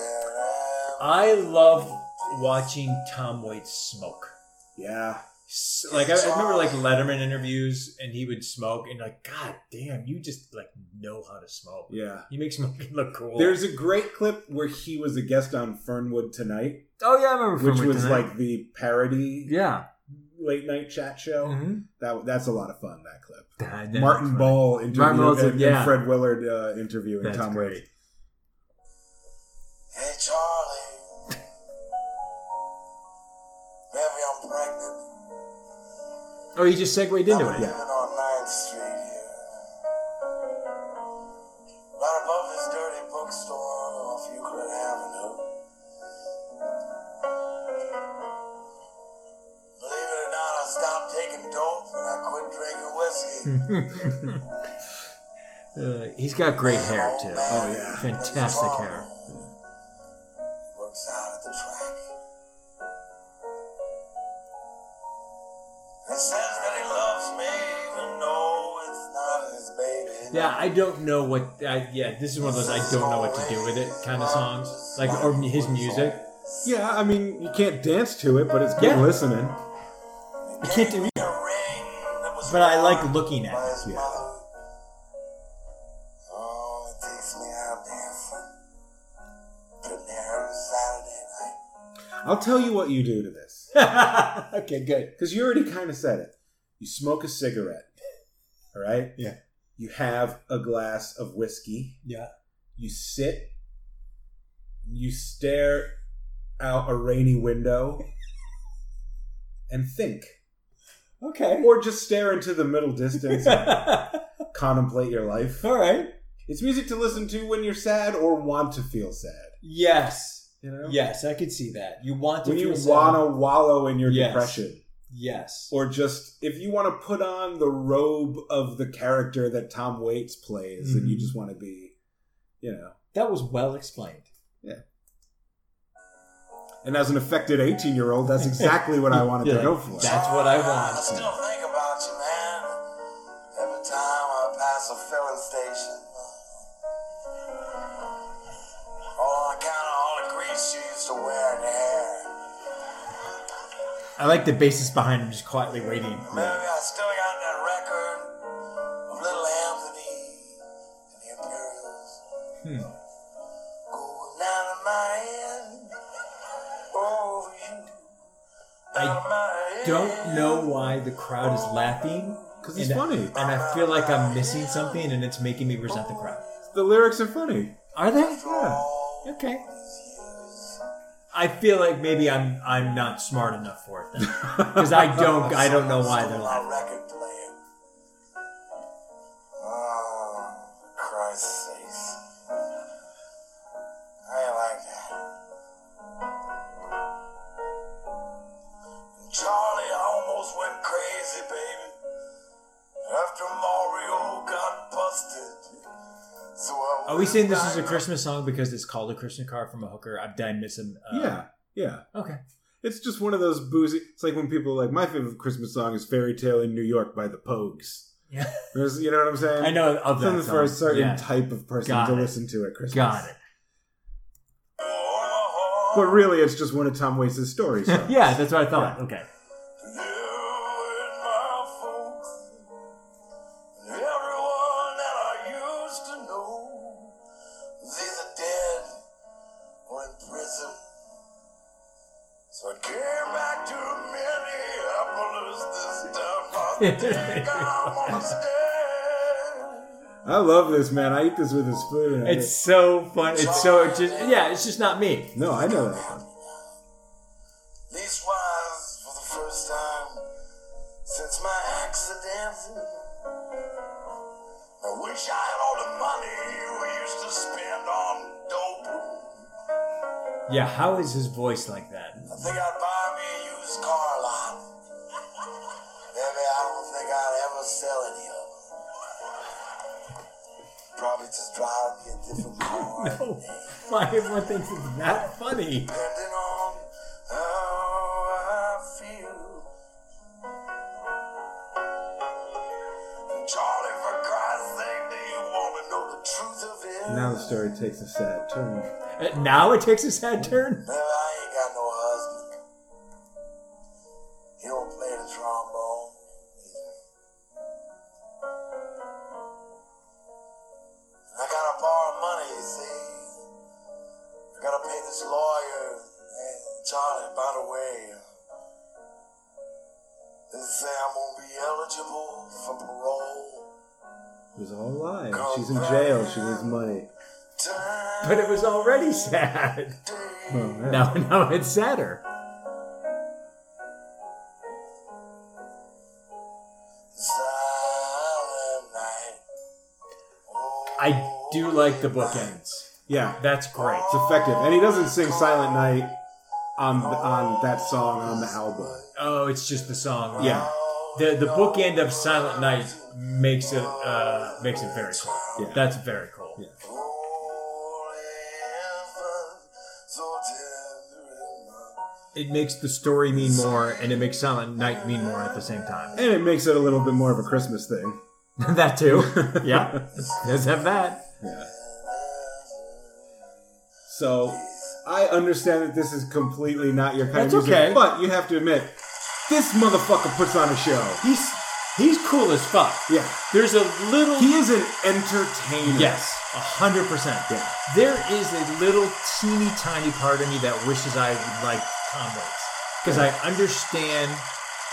I love watching Tom Waits smoke.
Yeah,
S- Like I, I remember like Letterman interviews, and he would smoke, and like, God damn, you just like know how to smoke.
yeah.
You make smoking look cool.
There's a great clip where he was a guest on Fernwood Tonight,
Oh yeah, I remember.
which
Fernwood
was
Tonight.
like the parody
yeah.
late night chat show.
Mm-hmm.
Mhm.
That that's a lot of fun. That clip.
That- that-
Martin Ball interviewing
Martin Ball's
and,
in- yeah.
and Fred Willard uh, interviewing
That's
Tom
great.
Waits.
Hey Charlie. Baby, I'm pregnant.
Oh, he just segued into
I'm
it.
living on 9th Street here. Right above this dirty bookstore off Euclid Avenue. Believe it or not, I stopped taking dope and I quit drinking whiskey.
Uh, he's got great hair too.
Oh,
yeah.
fantastic hair.
Works out at the track. And says that he loves me even though it's not his baby.
Yeah, I don't know what. I, yeah, this is one of those I don't know what to do with it kind of songs, like or his music.
Yeah, I mean you can't dance to it, but it's good
Yeah.
listening.
I can't do,
A ring that was
but I like
worn
looking at.
by
it.
his
Yeah.
mother. Oh, it takes me out there for Panera Saturday night.
I'll tell you what you do to this,
okay, good.
because you already kind of said it. You smoke a cigarette, all right?
Yeah.
You have a glass of whiskey.
Yeah.
You sit. You stare out a rainy window, and think,
Okay.
or just stare into the middle distance and contemplate your life.
All right.
It's music to listen to when you're sad or want to feel sad.
Yes.
You know,
Yes, I could see that. You want to
When you
feel sad.
want to wallow in your
Yes.
depression,
Yes.
or just if you want to put on the robe of the character that Tom Waits plays, and you
Mhm.
just want to be, you know.
That was well explained.
And as an affected 18 year old, that's exactly what I wanted
You're
to go
like,
for.
That's what I want.
I still think about you, man. Every time I pass a filling station. All Oh, I got are all the grease you used to wear in your hair.
I like the basis behind him just quietly waiting.
Maybe I still got that record of little Anthony and the Imperials.
Hmm.
Going out of my end. Oh, you. out of my head.
Don't know why the crowd is laughing.
'Cause it's
and-
funny.
And I feel like I'm missing something and it's making me resent the crowd.
the lyrics are funny.
Are they?
All
Okay.
these years.
I feel like maybe I'm I'm not smart enough for it then. Because I don't I don't know why they're
Stole our
laughing.
record player. Oh, Christ's sakes. I ain't like that. And Charlie almost went crazy, baby. After Mario got busted. So I
Are we saying this is a
went back
Christmas song because it's called a Christmas card from a hooker? I'm dying missing. Uh,
yeah, yeah.
Okay.
It's just one of those boozy. It's like when people are like my favorite Christmas song is "Fairy Tale in New York" by the Pogues.
Yeah.
There's- you know what I'm saying?
I know of that
Something
song.
for a certain
yeah.
type of person
Got
to
it.
listen to at Christmas.
Got it.
to Omaha.
But really, it's just one of Tom Waits' stories. though.
Yeah, that's what I thought. Okay.
You and my folks, and everyone that I used to know, is either dead or in prison. So I came back to Minneapolis this time. I think I'm gonna stay.
I love this man. I eat this with a spoon. I-
It's so fun. It's so it's just yeah. It's just not me.
no, I know that.
Leastwise, for the first time since my accident, I wish I had all the money we used to spend on dope.
Yeah. How is his voice like that?
I think I'd buy me a used car lot. Maybe I don't think I'd ever sell any of them. Probably just drive me a different car.
Oh, why everyone thinks it's that funny?
Depending on how I feel. And Charlie, for Christ's sake, do you want to know the truth of it?
Now the story takes a sad turn.
Uh, Now it takes a sad turn.
Baby, I ain't got no husband. He don't play the trombone either. And I gotta borrow money, you see. I gotta pay this lawyer. And Charlie, by the way, uh, they say I'm gonna be eligible for parole.
It was all a lie. She's in jail. She needs money.
But it was already sad.
Oh, man.
Now, now it's sadder.
Silent night. oh,
I do like the bookends.
Yeah,
That's great.
it's effective. And he doesn't sing Silent Night on on that song on the album.
Oh, it's just the song.
Yeah.
The the bookend of Silent Night makes it uh, makes it very cool.
Yeah.
That's very cool.
Yeah.
It makes the story mean more, and it makes Silent Night mean more at the same time.
And it makes it a little bit more of a Christmas thing.
that too. Yeah. Let's have that.
Yeah. So I understand that this is completely not your kind
That's
of music,
okay.
but you have to admit, this motherfucker puts on a show.
He's he's cool as fuck.
Yeah.
There's a little
He is an entertainer.
yes, a hundred percent.
Yeah.
There is a little teeny tiny part of me that wishes I would like Tom Waits because I understand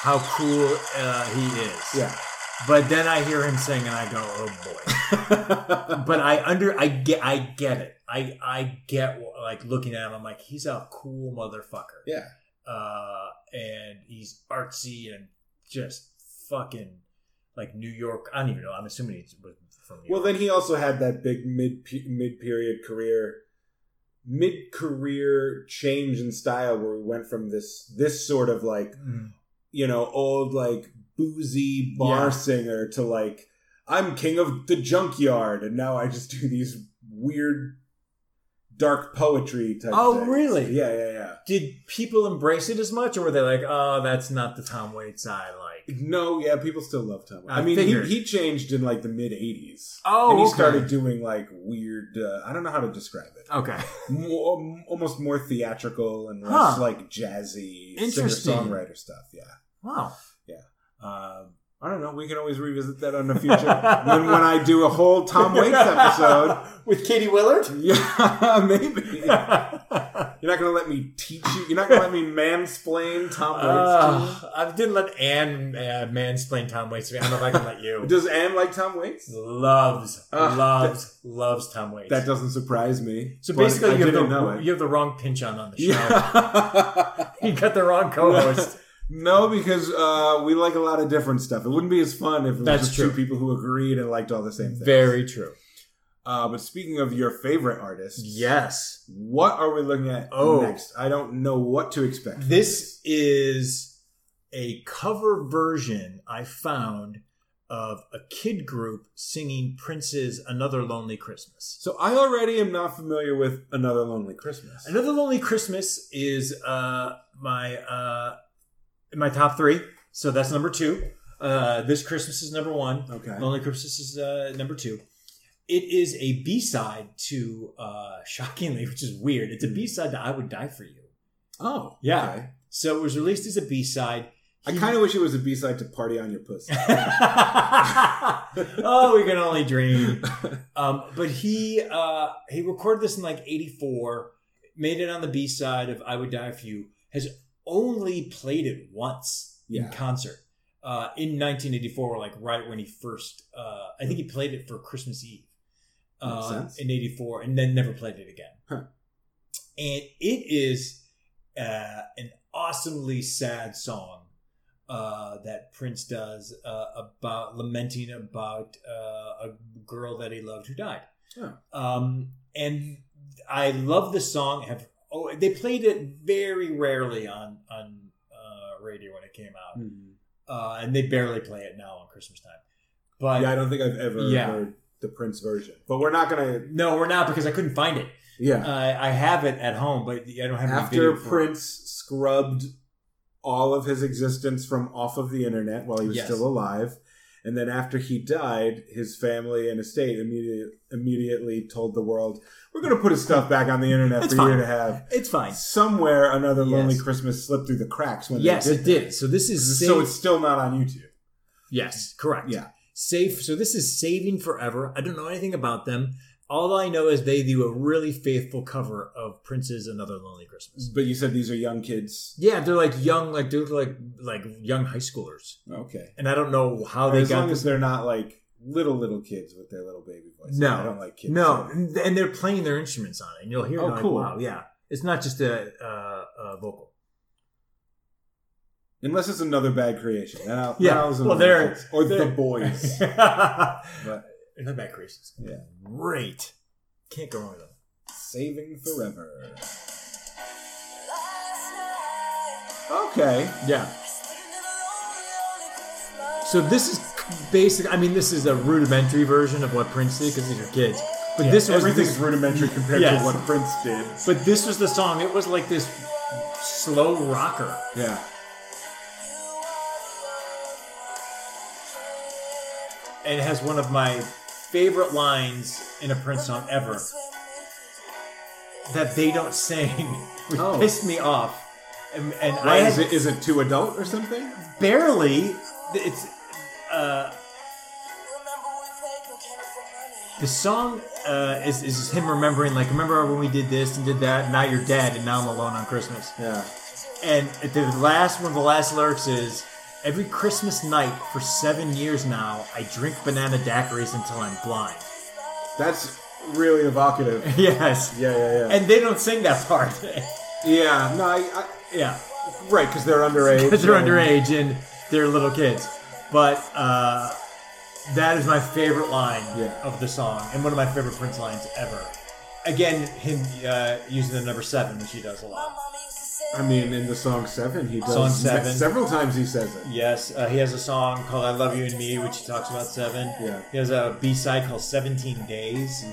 how cool uh, he is.
Yeah.
But then I hear him sing, and I go, "Oh boy!" but I under, I get, I get it. I, I get like looking at him. I'm like, he's a cool motherfucker.
Yeah.
Uh, and he's artsy and just fucking like New York. I don't even know. I'm assuming he's was from New
Well,
York.
then he also had that big mid mid period career, mid career change in style where we went from this this sort of like
Mm.
you know old like boozy bar
Yeah.
singer to like I'm king of the junkyard and now I just do these weird dark poetry type.
Oh,
things.
really?
Yeah, yeah, yeah.
Did people embrace it as much, or were they like, "Oh, that's not the Tom Waits I like"?
No, yeah, people still love Tom. I,
I
mean,
figured.
he, he changed in like the mid '80s.
Oh,
and he
okay.
started doing like weird. Uh, I don't know how to describe it.
Okay,
more, um, almost more theatrical and less
Huh.
like jazzy singer
Interesting.
songwriter stuff. Yeah.
wow.
Um, I don't know. We can always revisit that on the future. when, when I do a whole Tom Waits episode,
With Katie Willard?
yeah, maybe. You're not going to let me teach you. You're not going to let me mansplain Tom Waits. to
Uh, I didn't let Anne uh, mansplain Tom Waits to me. I don't know if I can let
you?
you.
Does Anne like Tom Waits?
Loves,
Ugh,
loves, loves Tom Waits.
That doesn't surprise me.
so
but
basically,
I
you have,
didn't
the,
know it.
you have the wrong pinch on on the show.
Yeah.
You got the wrong co-host.
No, because uh, we like a lot of different stuff. It wouldn't be as fun if it was
That's
just
true.
two people who agreed and liked all the same things.
Very true.
Uh, but speaking of your favorite artists,
Yes.
what are we looking at
Oh.
next? I don't know what to expect.
This is a cover version I found of a kid group singing Prince's Another Lonely Christmas.
So I already am not familiar with Another Lonely Christmas.
Another Lonely Christmas is uh, my uh, my top three. So that's number two. Uh, this Christmas is number one.
Okay.
Lonely Christmas is uh, number two. It is a B side to uh, shockingly, which is weird. It's a B side to "I Would Die for You."
Hmm. Oh,
Yeah.
okay.
So it was released as a B side.
I kind of wish it was a B-side to Party on Your Pussy.
oh, we can only dream. Um, but he uh, he recorded this in like '84, made it on the B side of "I Would Die for You." Has only played it once
Yeah.
in concert uh, in 1984, like right when he first. Uh, I think he played it for Christmas Eve
Makes
uh,
sense.
in '84, and then never played it again.
Huh.
And it is uh, an awesomely sad song uh, that Prince does uh, about lamenting about uh, a girl that he loved who died.
Oh.
Um, and I love the song. Have oh, they played it very rarely on on uh, radio when it came out,
Mhm.
uh, and they barely play it now on Christmas time. But
yeah, I don't think I've ever
Yeah.
heard the Prince version. But we're not gonna.
No, we're not because I couldn't find it.
Yeah.
I I have it at home, but I don't have any
After
Uh, video for it.
Prince scrubbed all of his existence from off of the internet while he was
Yes.
still alive, and then after he died, his family and estate immediately immediately told the world, "We're gonna put his stuff back on the internet
It's
for you
fine.
to have."
It's fine.
Somewhere another Lonely
Yes.
Christmas slipped through the cracks when
Yes,
they
it
did.
did. So this is
So
Save-
it's still not on YouTube.
yes, correct.
Yeah.
Safe. So this is Saving Forever. I don't know anything about them. All I know is they do a really faithful cover of Prince's Another Lonely Christmas.
But you said these are young kids.
Yeah, they're like young, like they're like like young high schoolers,
Okay.
and I don't know how they
as
got
long
this.
as they're not like little little kids with their little baby voices.
No.
I don't like kids.
No, and and they're playing their instruments on it, and you'll hear.
Oh,
it, like,
cool.
Wow, yeah, it's not just a, a, a vocal.
unless it's another bad creation. Then I'll,
Yeah.
then I'll listen
Well,
to the
they're-
kids. or the
they're-
boys.
but
But-
not bad creations.
Yeah.
Great. Can't go wrong with them.
Saving forever. Okay.
Yeah. So this is basic. I mean, this is a rudimentary version of what Prince did because these are kids. But this was
Everything's
this,
rudimentary compared
Yes.
to what Prince did.
but this was the song. It was like this slow rocker.
Yeah.
and it has one of my favorite lines in a Prince song ever that they don't sing, which
Oh.
pissed me off. And, and I
Why is
had
it, is it too adult or something?
barely. It's uh, the song uh, is, is just him remembering, like, remember when we did this and did that? Now you're dead, and now I'm alone on Christmas.
Yeah.
And at the last one of the last lyrics is every Christmas night for seven years now, I drink banana daiquiris until I'm blind.
That's really evocative.
yes.
Yeah, yeah, yeah.
and they don't sing that part.
yeah, no, I,
yeah,
I, right, because they're underage.
because they're
and-
underage and they're little kids. But uh, that is my favorite line
Yeah.
of the song and one of my favorite Prince lines ever. Again, him uh, using the number seven, which he does a lot.
I mean, in the song Seven, he does
Song Seven.
several times. He says it.
Yes, uh, he has a song called "I Love You and Me," which he talks about seven.
Yeah. Mm-hmm.
He has a B side called "17 Days."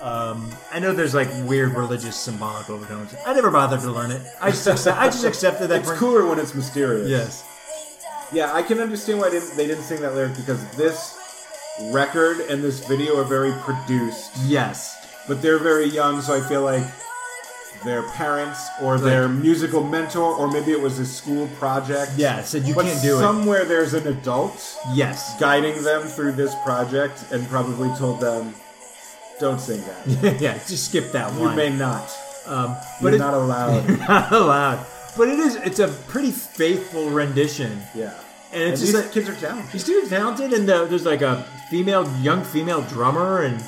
Um, I know there's like weird religious symbolic overtones. I never bothered to learn it. I just accept, I just accepted that.
It's
Prince-
cooler when it's mysterious.
Yes.
Yeah, I can understand why didn't, they didn't sing that lyric because this record and this video are very produced,
Yes.
but they're very young, so I feel like their parents or their musical mentor or maybe it was a school project.
Yeah, it said you
but
can't do it.
somewhere there's an adult
Yes.
guiding them through this project and probably told them, "Don't sing that.
yeah, just skip that
you
one.
may not.
um,
You're
but it's
not allowed."
not allowed. But it is. It's a pretty faithful rendition,
yeah.
and it's
and
just
these
like
kids are talented.
he's super talented, and the, there's like a female, young female drummer, and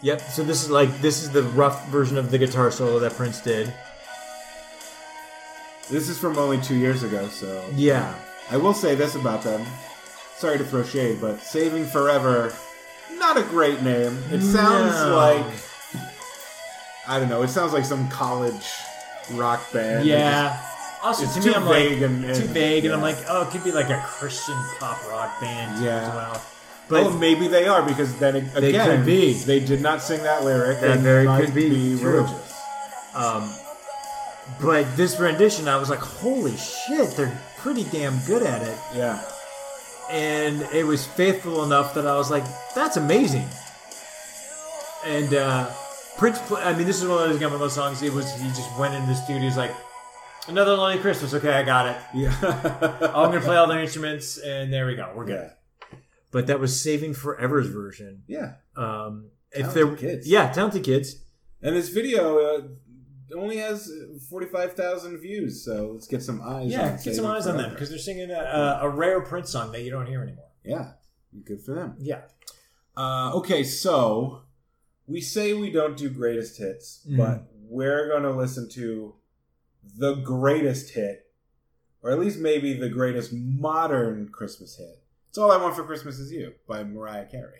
yep. So this is like this is the rough version of the guitar solo that Prince did.
This is from only two years ago, so
Yeah.
I will say this about them. Sorry to throw shade, but Saving Forever, not a great name. It sounds
No.
like I don't know. It sounds like some college rock band.
Yeah. Also,
it's
to
too
me, I'm like
vague and-
too
and-
vague, and I'm
yeah.
like, oh, it could be like a Christian pop rock band
Yeah.
as well.
But
But
well, maybe they are because then ag-
They
again,
could be.
they did not sing that lyric.
That
and
very
might
could be true.
religious.
Um, but this rendition, I was like, holy shit, they're pretty damn good at it.
Yeah,
And it was faithful enough that I was like, that's amazing. And uh, Prince, pl- I mean, this is one of those, again, one of those songs. It was he just went into the studio, he's like, another Lonely Christmas. Okay, I got it.
yeah.
I'm gonna play all their instruments, and there we go, we're good.
Yeah.
But that was Saving Forever's version.
yeah.
Um, if
Talented
there,
kids.
yeah, talented kids.
And this video uh, only has forty-five thousand views, so let's get some eyes. on
Yeah, get some
Saving
eyes on them
Forever.
because they're singing a, a, a rare Prince song that you don't hear anymore.
yeah, good for them.
Yeah.
Uh, okay, so we say we don't do greatest hits,
Mhm.
but we're going to listen to the greatest hit, or at least maybe the greatest modern Christmas hit. It's all I want for Christmas is you by Mariah Carey.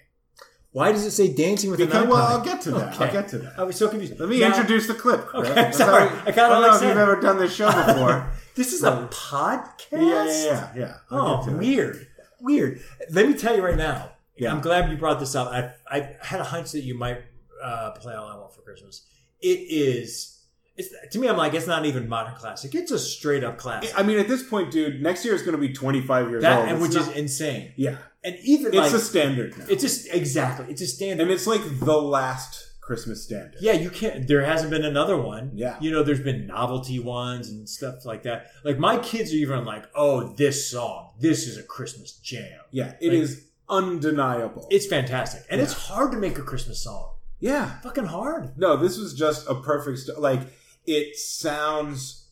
Why does it say dancing with
Because,
an
well,
icon?
I'll get to that. I'll
Okay.
get to that.
I was so confused.
Let me
Now-
introduce the clip. Chris.
Okay,
That's
sorry.
how we-
I kinda
don't
like
know if you've
said-
ever done this show before.
This is a podcast.
yeah, yeah, yeah, yeah. I'll get
Oh,
to that.
weird, weird. Let me tell you right now.
Yeah.
I'm glad you brought this up. I I had a hunch that you might uh, play All I Want for Christmas. It is. It's to me. I'm like it's not even modern classic. It's a straight up classic.
I mean, at this point, dude, next year is going to be 25 years
that
old.
and
It's
which
not-
is insane.
yeah,
And even
it's
like
a standard now,
it's just exactly it's a standard.
and it's like the last Christmas standard.
yeah, you can't. There hasn't been another one.
Yeah.
you know, there's been novelty ones and stuff like that. Like my kids are even like, oh, this song, this is a Christmas jam.
yeah, it
Like-
is undeniable.
It's fantastic, and it's
Yeah.
hard to make a Christmas song.
yeah,
Fucking hard.
no, this was just a perfect st- like. It sounds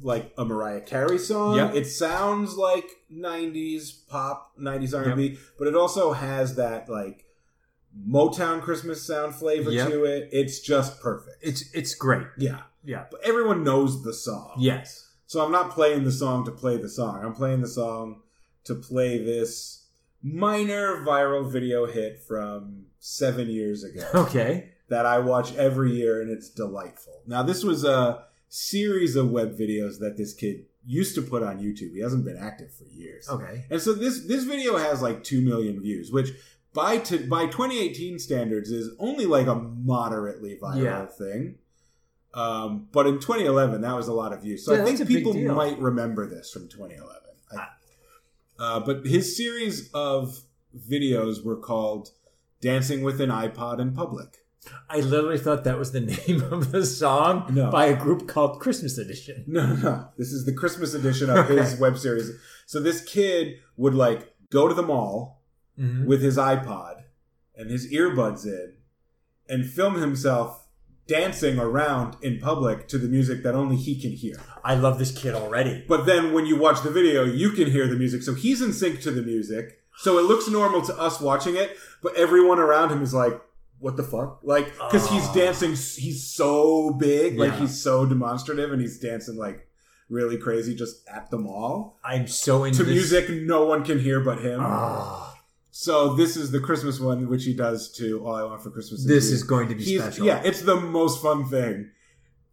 like a Mariah Carey song.
Yep.
It sounds like '90s pop, '90s R&B, but it also has that like Motown Christmas sound flavor
Yep.
to it. It's just perfect.
It's it's great.
yeah,
Yeah.
But everyone knows the song.
Yes.
So I'm not playing the song to play the song. I'm playing the song to play this minor viral video hit from seven years ago
Okay.
that I watch every year, and it's delightful. Now this was a series of web videos that this kid used to put on YouTube. He hasn't been active for years.
Okay.
And so this this video has like two million views, which by to, by 2018 standards is only like a moderately viral
Yeah.
thing. Um, but in 2011, that was a lot of views. So
Yeah,
I
that's a
think
big
people
deal.
might remember this from 2011. I, uh, but his series of videos were called "Dancing with an iPod in Public."
I literally thought that was the name of the song
No.
by a group called Christmas Edition.
No, no, no. This is the Christmas edition of his web series. So this kid would like go to the mall.
Mm-hmm.
with his iPod and his earbuds in and film himself dancing around in public to the music that only he can hear.
I love this kid already.
But then when you watch the video, you can hear the music. So he's in sync to the music. So it looks normal to us watching it, but everyone around him is like, what the fuck? Like, because he's
Ah.
dancing, s- he's so big, like,
Yeah.
he's so demonstrative and he's dancing like really crazy just at the mall
I'm so into
to
this.
music no one can hear but him.
Ah,
So this is the Christmas one, which he does to All I Want for Christmas.
this
You.
is going to be
He's-
special.
yeah, it's the most fun thing.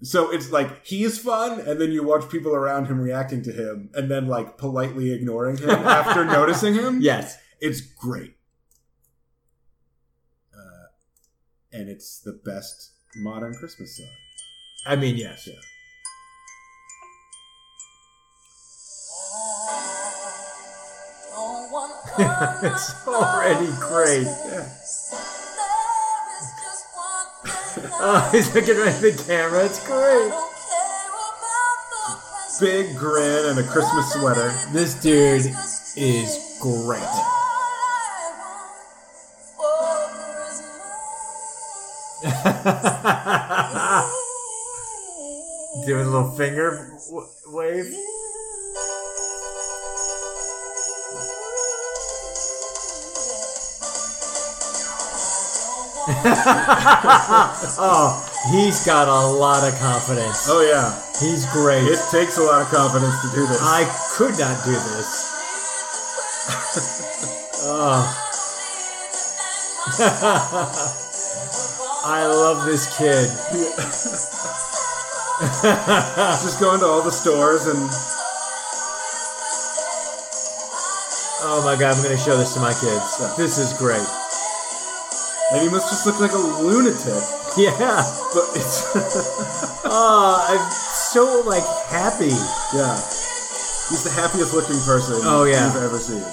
So it's like he is fun, and then you watch people around him reacting to him, and then like politely ignoring him after noticing him.
Yes.
it's great, uh, and it's the best modern Christmas song.
I mean, yes.
Yeah.
it's already great.
Yeah,
Oh, he's looking right at the camera. It's great.
big grin and a Christmas sweater.
This dude is great. Ah. Doing a little finger w- wave. oh, he's got a lot of confidence.
Oh yeah,
He's great.
it takes a lot of confidence to do this.
I could not do this. oh. I love this kid.
just going to all the stores and
Oh my god, I'm gonna show this to my kids. This is great.
and he must just look like a lunatic.
Yeah.
But it's
Oh, I'm so like happy.
yeah. He's the happiest looking person
Oh, yeah.
you've ever seen.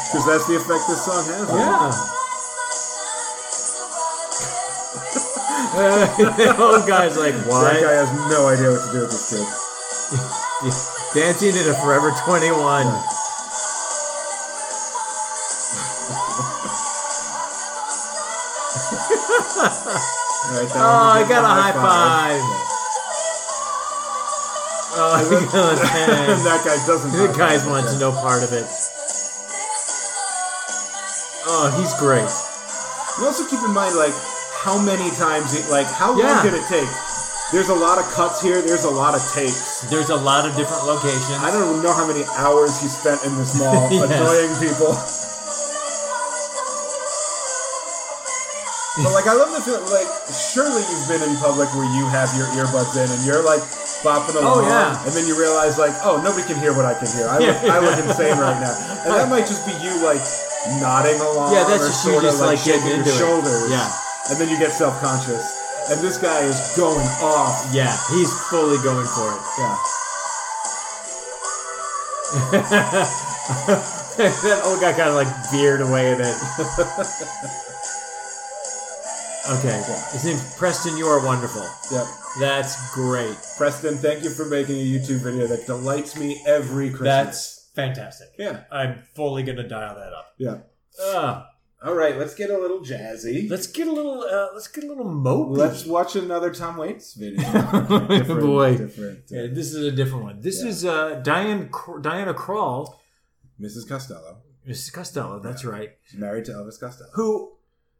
Because that's the effect this song has. on
Yeah. the old guy's like,
you. That guy
why?
has no idea what to do with this kid.
Dancing in a Forever 21.
All right, that
Oh,
one
I
gives
got
him
a high five. Oh, he goes,
and
"Hey."
that guy doesn't.
the
high
guys
five.
wants no part of it. Oh, he's great.
You also keep in mind, like, how many times, it, like, how
Yeah.
long did it take? There's a lot of cuts here. There's a lot of takes.
There's a lot of different locations.
I don't know how many hours he spent in this mall
Yes.
annoying people. But like, I love the feel. Like, surely you've been in public where you have your earbuds in, and you're like bopping along.
Oh, yeah.
And then you realize, like, oh, nobody can hear what I can hear. I look, I look insane right now. And that might just be you, like, nodding along.
Yeah, that's
or
just you
sorta,
just, like, getting
shaking your
into it.
shoulders.
Yeah.
And then you get self conscious. And this guy is going off.
Yeah, he's fully going for it.
Yeah.
that old guy kind of like veered away a bit. okay, his name's Preston. You are wonderful.
Yep.
That's great.
Preston, thank you for making a YouTube video that delights me every Christmas.
That's fantastic.
Yeah.
I'm fully gonna dial that up.
Yeah.
Ah.
Uh,
All right, let's get a little jazzy.
let's get a little. Uh, let's get a little mopey.
Let's watch another Tom Waits video. different,
Boy.
different.
Yeah, uh, this is a different one. This
Yeah.
is uh, Diane Cr- Diana Krall,
Mrs. Costello.
Mrs. Costello. That's right.
She's married to Elvis Costello.
Who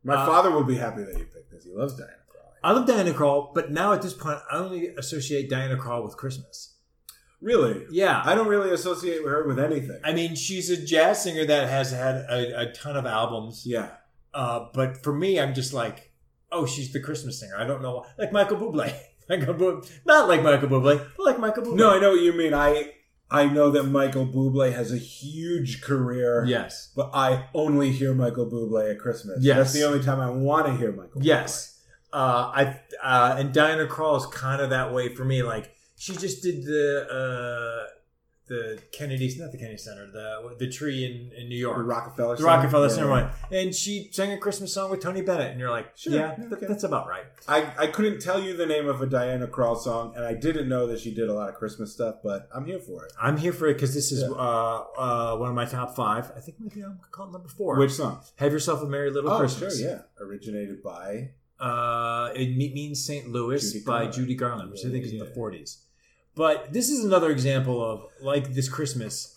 My
Uh,
father will be happy that you picked this. He loves Diana Krall.
I love Diana Krall, but now at this point, I only associate Diana Krall with Christmas.
Really?
Yeah,
I don't really associate her with anything.
I mean, she's a jazz singer that has had a, a ton of albums.
yeah.
Uh, but for me, I'm just like, oh, she's the Christmas singer. I don't know, why- like Michael Bublé. Michael Bublé, not like Michael Bublé, but like Michael Bublé.
No, I know what you mean. I I know that Michael Bublé has a huge career.
yes,
But I only hear Michael Bublé at Christmas.
Yes.
That's the only time I want to hear Michael.
yes. Uh, I uh, and Diana Krall is kind of that way for me. Like she just did the uh, the Kennedy's, not the Kennedy Center, the the tree in, in New
Bublé.
York.
The Rockefeller.
The Rockefeller
Center
Center one. And she sang a Christmas song with Tony Bennett, and you're like,
Sure,
yeah, th-
okay.
that's about right.
I, I couldn't tell you the name of a Diana Krall song, and I didn't know that she did a lot of Christmas stuff, but I'm here for it.
I'm here for it because this is
Yeah.
uh, uh, one of my top five. I think maybe I'm calling number four.
Which song?
Have Yourself a Merry Little
oh,
Christmas.
sure, yeah. Originated by
Uh, it Meet Me in St. Louis
Judy
by
Garland.
Judy Garland, which I think is in
Yeah.
the 40s. But this is another example of, like this Christmas,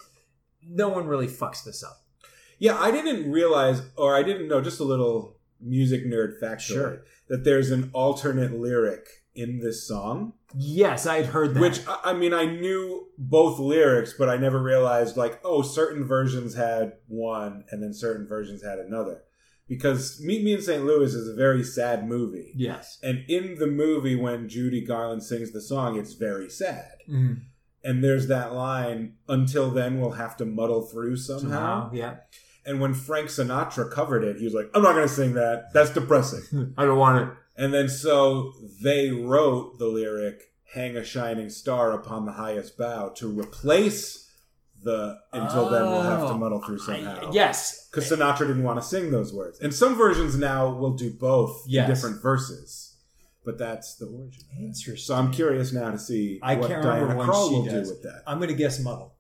no one really fucks this up.
Yeah, I didn't realize, or I didn't know, just a little music nerd factoid
Sure.
that there's an alternate lyric in this song.
Yes, I had heard that.
Which uh, I I mean, I knew both lyrics, but I never realized like, oh, certain versions had one, and then certain versions had another. Because Meet Me in St. Louis is a very sad movie,
yes.
and in the movie, when Judy Garland sings the song, it's very sad.
Mhm.
And there's that line, until then we'll have to muddle through somehow.
Somehow, yeah.
And when Frank Sinatra covered it, he was like, I'm not going to sing that. That's depressing.
I don't want it.
and then so they wrote the lyric, Hang a Shining Star Upon the Highest Bough, to replace the Until Then We'll Have to
Oh,
Muddle Through
I-
Somehow.
yes.
Because Sinatra didn't want to sing those words. And some versions now will do both in
Yes.
different verses. But that's the origin. of it.
Interesting.
So I'm curious now to see
I
what
can't remember
Diana
when
Krall
she
will
does.
do with that.
I'm going to guess muddle.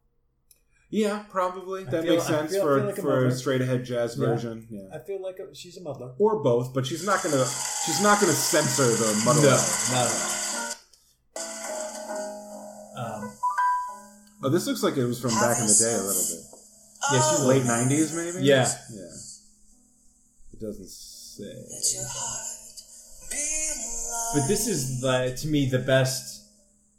Yeah, probably. That
feel-
makes
I
sense
feel- I
for,
feel like a
for a
mother.
straight ahead jazz
Yeah.
version. Yeah.
I feel like a, she's a muddler.
Or both, but she's not gonna she's not gonna censor the muddle.
not at all. Um,
Oh, this looks like it was from back in the day a little bit.
yes, you
Late nineties maybe?
Yeah.
Yeah. It doesn't say.
Let your heart be light.
But this is the, to me the best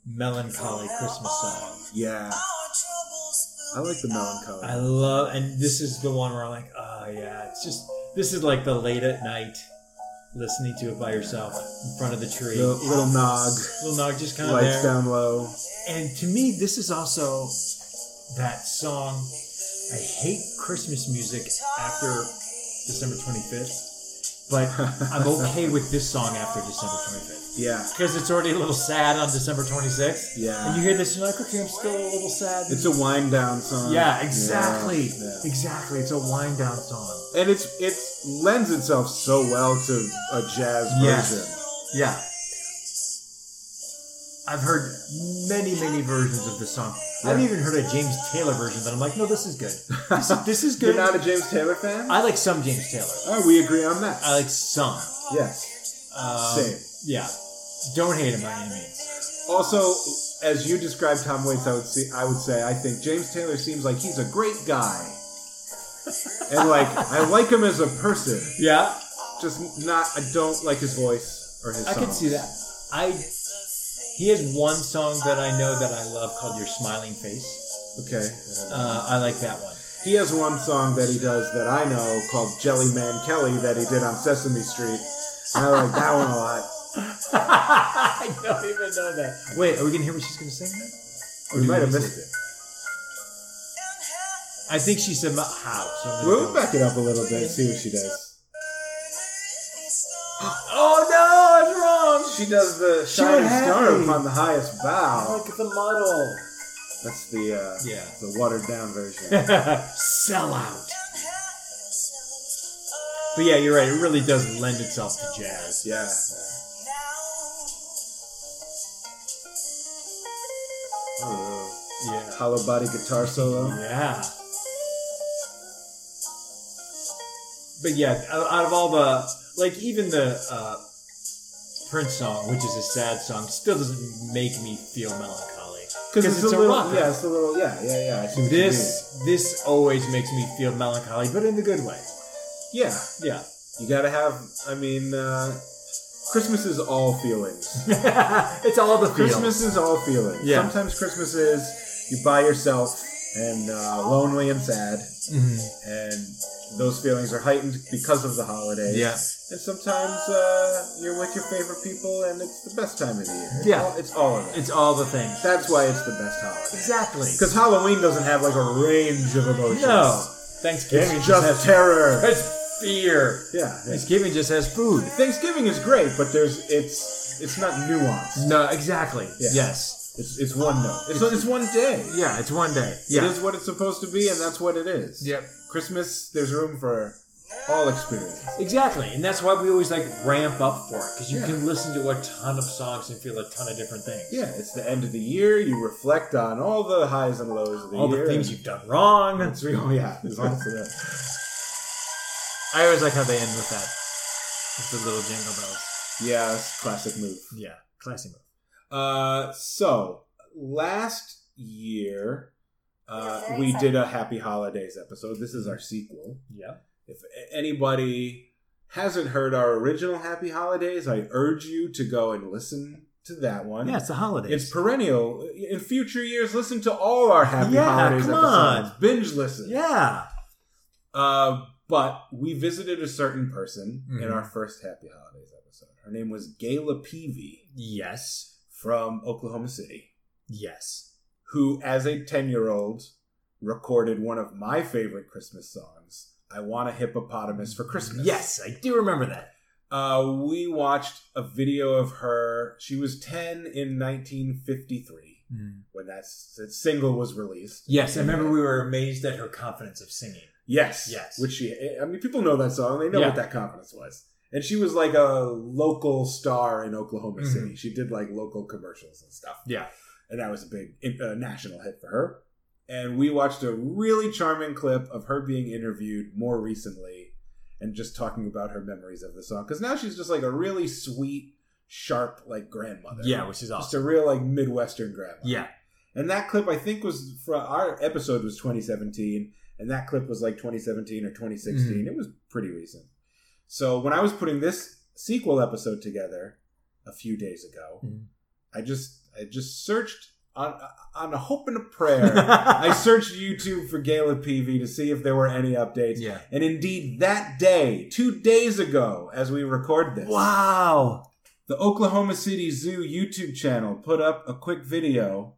melancholy Christmas song.
Yeah.
Our troubles
I
will
like the
be
melancholy.
I love, and this is the one where I'm like, oh yeah, it's just this is like the late at night listening to it by yourself in front of the tree.
the little nog,
Little Nog just kind of
lights
there.
down low.
And to me, this is also that song. I hate Christmas music after December 25th, but I'm okay with this song after December 25th
Yeah.
because it's already a little sad on December 26th.
Yeah.
And you hear this, and you're like, okay, I'm still a little sad.
It's a wind down song.
yeah, exactly,
Yeah, yeah.
exactly. It's a wind down song.
And it's it lends itself so well to a jazz
Yes.
version.
Yeah. I've heard many, many versions of this song. I've
Yeah.
even heard a James Taylor version that I'm like, no, this is good. This is, this is good.
You're not a James Taylor fan?
I like some James Taylor.
oh, we agree on that.
I like some.
yes.
Um,
Same.
Yeah. Don't hate him by any means.
Also, as you described Tom Waits, I would see, I would say, I think James Taylor seems like he's a great guy, and like I like him as a person,
Yeah,
just not. I don't like his voice or his.
I can
songs.
see that. I. He has one song that I know that I love called "Your Smiling Face."
Okay.
Uh, I like that one.
He has one song that he does that I know called Jelly Man Kelly that he did on Sesame Street, and I like that one a lot.
I don't even know that. Wait, are we gonna hear what she's gonna sing? Then? Or
We
do
might have
just-
missed it.
I think she said "Ma- how. So I'm gonna
We'll
go-
back it up a little bit, see what she does.
Oh no, it's wrong.
She does the
would
shining
have
star
me.
upon the highest bow.
Look at the model.
That's the uh,
Yeah.
the watered down version.
Sell out. But yeah, you're right. It really does lend itself to jazz.
yeah. Oh,
Yeah.
Hollow body guitar solo.
Yeah. But yeah, out out of all the like, even the uh, Prince song, which is a sad song, still doesn't make me feel melancholy because it's, a,
little,
rocker.
yeah, it's a little, yeah, yeah, yeah. I see what you
This this always makes me feel melancholy, but in the good way.
mean. yeah,
Yeah.
you gotta have. I mean, uh, Christmas is all feelings.
it's all the
Christmas is all feelings.
Yeah.
Sometimes Christmas is you by yourself and uh, lonely and sad,
Mm-hmm.
and those feelings are heightened because of the holidays.
Yeah.
And sometimes uh, you're with your favorite people, and it's the best time of the year. It's
Yeah.
all- it's all of it.
It's all the things.
That's why it's the best holiday.
Exactly.
Because Halloween doesn't have like a range of emotions.
No. Thanksgiving
It's
just
just terror.
has fear.
Yeah. yeah.
Thanksgiving just has food.
Thanksgiving is great, but there's it's it's not nuanced.
No, exactly.
Yeah.
Yes.
It's it's one note. It's it's one day.
Yeah, it's one day.
It is what it's supposed to be, and that's what it is.
Yep.
Christmas, there's room for all experiences.
Exactly, and that's why we always like ramp up for it because you
Yeah.
can listen to a ton of songs and feel a ton of different things.
Yeah, it's the end of the year. You reflect on all the highs and lows of the
All
year.
the things you've done wrong.
It's real, yeah. It's also that.
I always like how they end with that. With the little jingle bells.
Yeah, it's classic move.
Yeah, classy move.
Uh, so last year uh,
Yeah, very
we
exciting.
did a Happy Holidays episode. This is our sequel.
Yeah.
If a- anybody hasn't heard our original Happy Holidays, I urge you to go and listen to that one.
Yeah, it's the holidays.
It's perennial. In future years, listen to all our Happy
Yeah,
Holidays
come
episodes.
on.
Binge listen.
yeah.
Uh, but we visited a certain person in
Mhm.
our first Happy Holidays episode. Her name was Gayla Peavy
Yes.
from Oklahoma City,
Yes.
who, as a 10 year old, recorded one of my favorite Christmas songs, I Want a Hippopotamus for Christmas.
Yes, I do remember that.
Uh, we watched a video of her. She was 10 in 1953
Hmm.
when that s- single was released.
Yes, I remember we were amazed at her confidence of singing.
Yes.
Yes.
Which she, I mean, people know that song. They know
Yeah.
what that confidence was. And she was like a local star in Oklahoma
Mhm.
City. She did like local commercials and stuff.
Yeah.
And that was a big uh, national hit for her. And we watched a really charming clip of her being interviewed more recently and just talking about her memories of the song. Because now she's just like a really sweet, sharp, like grandmother.
Yeah, which is
Just
awesome.
a real like Midwestern grandma.
Yeah.
And that clip, I think, was from our episode was 2017, and that clip was like 2017 or 2016.
Mm-hmm.
It was pretty recent. So when I was putting this sequel episode together a few days ago,
Mhm.
I just I just searched on on a hope and a prayer. I searched YouTube for Gala PV to see if there were any updates.
yeah.
And indeed, that day, two days ago, as we record this,
Wow.
the Oklahoma City Zoo YouTube channel put up a quick video.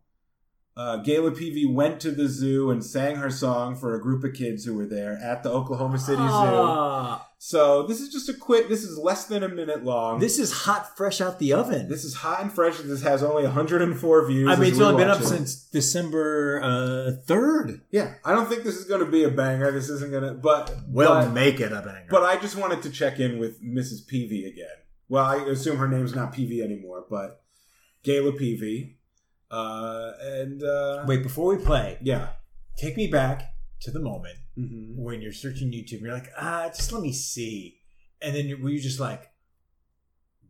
Uh, Gayla Peavy went to the zoo and sang her song for a group of kids who were there at the Oklahoma City Zoo.
Ah,
So this is just a quick. This is less than a minute long.
This is hot, fresh out the oven.
This is hot and fresh. This has only 104 views.
I
as
mean, it's
we
only been
watch
up
it.
since December uh, 3rd.
Yeah, I don't think this is going to be a banger. This isn't going to. But
We'll
but,
make it a banger.
but I just wanted to check in with Mrs. Peavy again. Well, I assume her name's not Peavy anymore, but Gayla Peavy. Uh, and uh,
Wait, before we play,
yeah,
take me back to the moment
hmm
when you're searching YouTube and you're like, ah, just let me see. And then you- were you just like,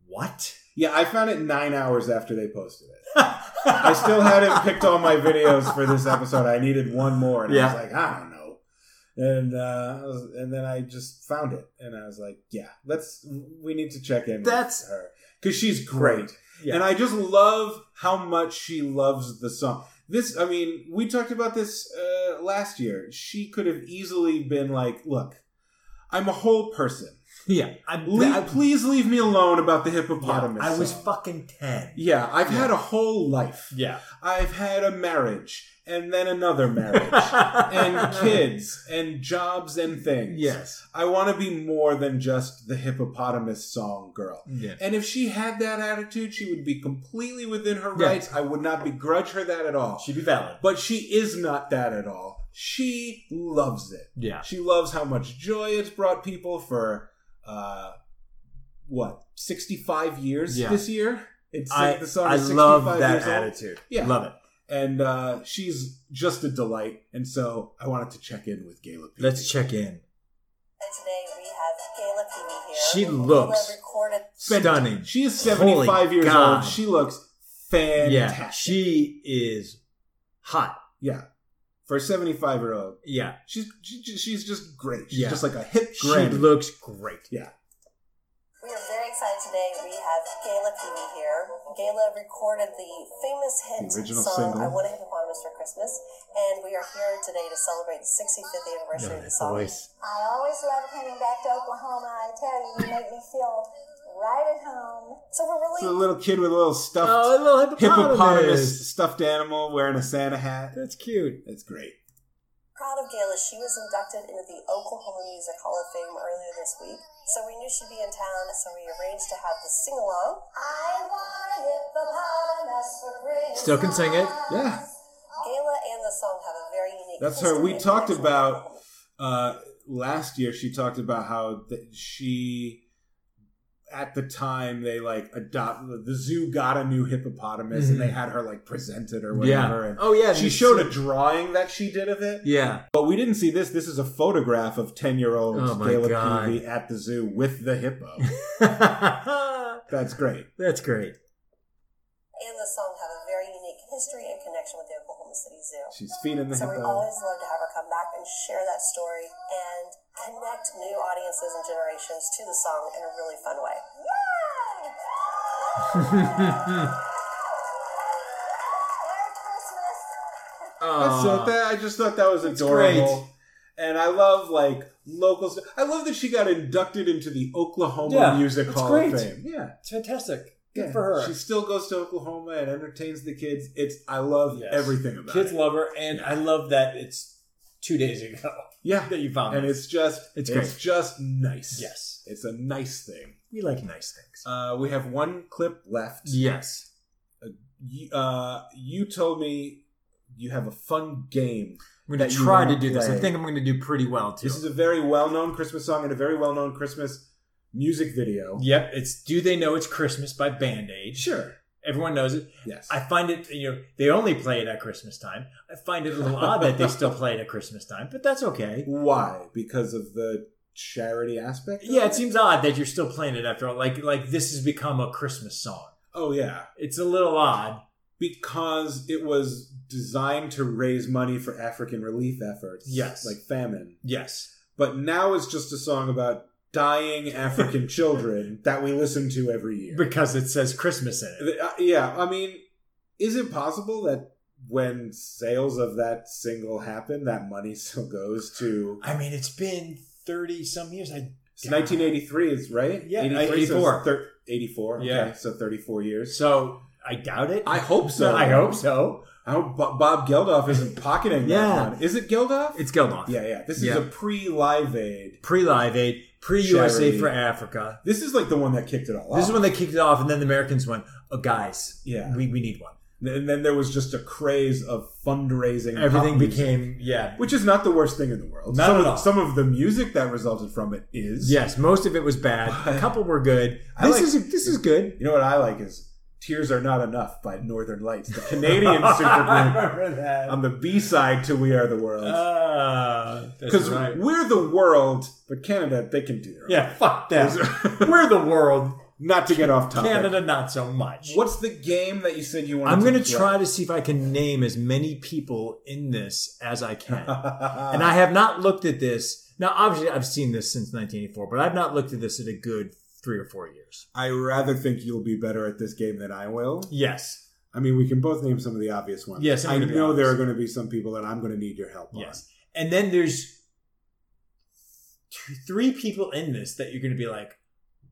what?
yeah. I found it nine hours after they posted it. I
I
still hadn't picked all my videos for this episode. I needed one more, and I
Yeah.
was like, I don't know. And uh, I was, and then I just found it, and I was like, yeah, let's. We need to check in.
That's-
with her because she's great.
Yeah.
And I just love how much she loves the song. This, I mean, we talked about this uh, last year. She could have easily been like, look, I'm a whole person.
Yeah, I'm.
Le-
I,
please leave me alone about the
yeah,
hippopotamus.
I was
song.
fucking ten.
Yeah, I've had a whole life.
Yeah,
I've had a marriage and then another marriage and kids and jobs and things.
Yes.
I want to be more than just the hippopotamus song girl.
Yeah.
And if she had that attitude, she would be completely within her
Yeah.
rights. I would not begrudge her that at all.
She'd be valid.
But she is not that at all. She loves it.
Yeah.
She loves how much joy it's brought people for uh what, 65 years
Yeah.
this year? It's
I,
the song
I
is 65
love that
years old.
attitude.
Yeah.
Love it.
And uh she's just a delight, and so I wanted to check in with Gayla. Peavy.
Let's check in.
And today we have Gayla Peavy here.
She
who
looks
recorded
Spend-
Stunning.
She is 75
Holy
years
God.
old. She looks
Yeah,
fantastic.
she is hot.
yeah. For a 75 year old,
Yeah,
she's she, she's just great. She's
Yeah.
just like a hip
she
granny.
looks great.
yeah.
We are very excited today. We have Gayla Peavy here. Gayla recorded the famous hit
The original
song
single.
"I Want a Hippopotamus for Christmas," and we are here today to celebrate the 65th anniversary of the song. I always love coming back to Oklahoma. I tell you, you make me feel right at home. So we're really
It's a little kid with a little stuffed
Oh, a little hippopotamus.
hippopotamus stuffed animal wearing a Santa hat.
That's cute.
That's great.
proud of Gayla. She was inducted into the Oklahoma Music Hall of Fame earlier this week. So we knew she'd be in town, so we arranged to have the sing along. I want a hippopotamus for Christmas.
Still can sing it.
Yeah,
Gayla and the song have a very unique.
that's her.
history
We
and
talked
connection.
about uh, last year. She talked about how th- she, at the time, they like adopt the zoo got a new hippopotamus
Mhm.
and they had her like present it or whatever. And
Oh yeah.
she
this-
showed a drawing that she did of it,
Yeah.
but we didn't see this. This is a photograph of ten-year-old
Oh, my
Gayla
God.
Peavy at the zoo with the hippo. That's great.
That's great.
And the song have a very unique history and connection with the Oklahoma City Zoo.
She's feeding the
So we
hippo.
always love to have her come back and share that story and connect new audiences and generations to the song in a really fun way. Merry Christmas!
That's so
Aw.
that I just thought that was adorable. And I love like local. st- I love that she got inducted into the Oklahoma
Yeah,
Music
that's
Hall
great.
of Fame. Yeah,
It's fantastic. Good
Yeah.
for her.
She still goes to Oklahoma and entertains the kids. It's I love
Yes.
everything about
Kids
it.
love her, and I love that it's two days ago
yeah,
that you found
and
it.
it's just it's,
It's great.
just nice.
yes,
it's a nice thing.
we like nice things.
Uh, we have one clip left.
yes.
You, uh, you told me you have a fun game.
I'm going
that
to
you
try
wanna
to do this. I
play.
think I'm going to do pretty well too.
This is a very well known Christmas song and a very well known Christmas music video.
Yep, it's Do They Know It's Christmas by Band Aid.
Sure.
Everyone knows it.
Yes.
I find it, you know, they only play it at Christmas time. I find it a little odd that they still play it at Christmas time, but that's okay.
Why? Because of the charity aspect? of
Yeah, it seems odd that you're still playing it after all. Like, like this has become a Christmas song.
Oh, yeah.
It's a little odd.
Because it was designed to raise money for African relief efforts.
Yes.
Like famine.
Yes.
But now it's just a song about dying African children that we listen to every year.
Because it says Christmas in it.
Uh, yeah, I mean, is it possible that when sales of that single happen, that money still goes to.
I mean, it's been 30 some years. I
It's 1983, is right?
Yeah,
83, so it's
84.
thir- 84.
Yeah.
Okay, so 34 years.
So I doubt it.
I hope so.
I hope so.
I hope Bo- Bob Geldof isn't pocketing
Yeah.
that one. Is it Geldof?
It's Geldof.
yeah, yeah. This
Yeah.
is a pre-Live Aid.
Pre Live Aid, pre USA
Charity.
for Africa.
This is like the one that kicked it all off.
This is when they kicked it off, and then the Americans went, oh, guys,
Yeah.
we, we need one.
and then there was just a craze of fundraising.
Everything
pop music,
became, yeah.
which is not the worst thing in the world.
Not
some,
at
of,
all.
some of the music that resulted from it is.
Yes, most of it was bad. A couple were good.
I
This
like-
is this is good.
You know what I like is "Tears Are Not Enough" by Northern Lights, the Canadian supergroup
remember that.
on the B side to "We Are the World."
Ah, Uh, that's
Because
right.
we're the world, but Canada they can do their own.
Yeah, fuck that. we're the world.
Not to get off topic.
Canada, not so much.
What's the game that you said you wanted?
I'm
going
going to try to see if I can name as many people in this as I can. and
and
I have not looked at this. Now, obviously, I've seen this since 1984, but I've not looked at this in a good three or four years.
I rather think you'll be better at this game than I will.
Yes.
I mean, we can both name some of the obvious ones.
Yes, I'm
I
gonna be
know there
obvious.
are going to be some people that I'm going to need your help
Yes. And then there's two, three people in this that you're going to be like,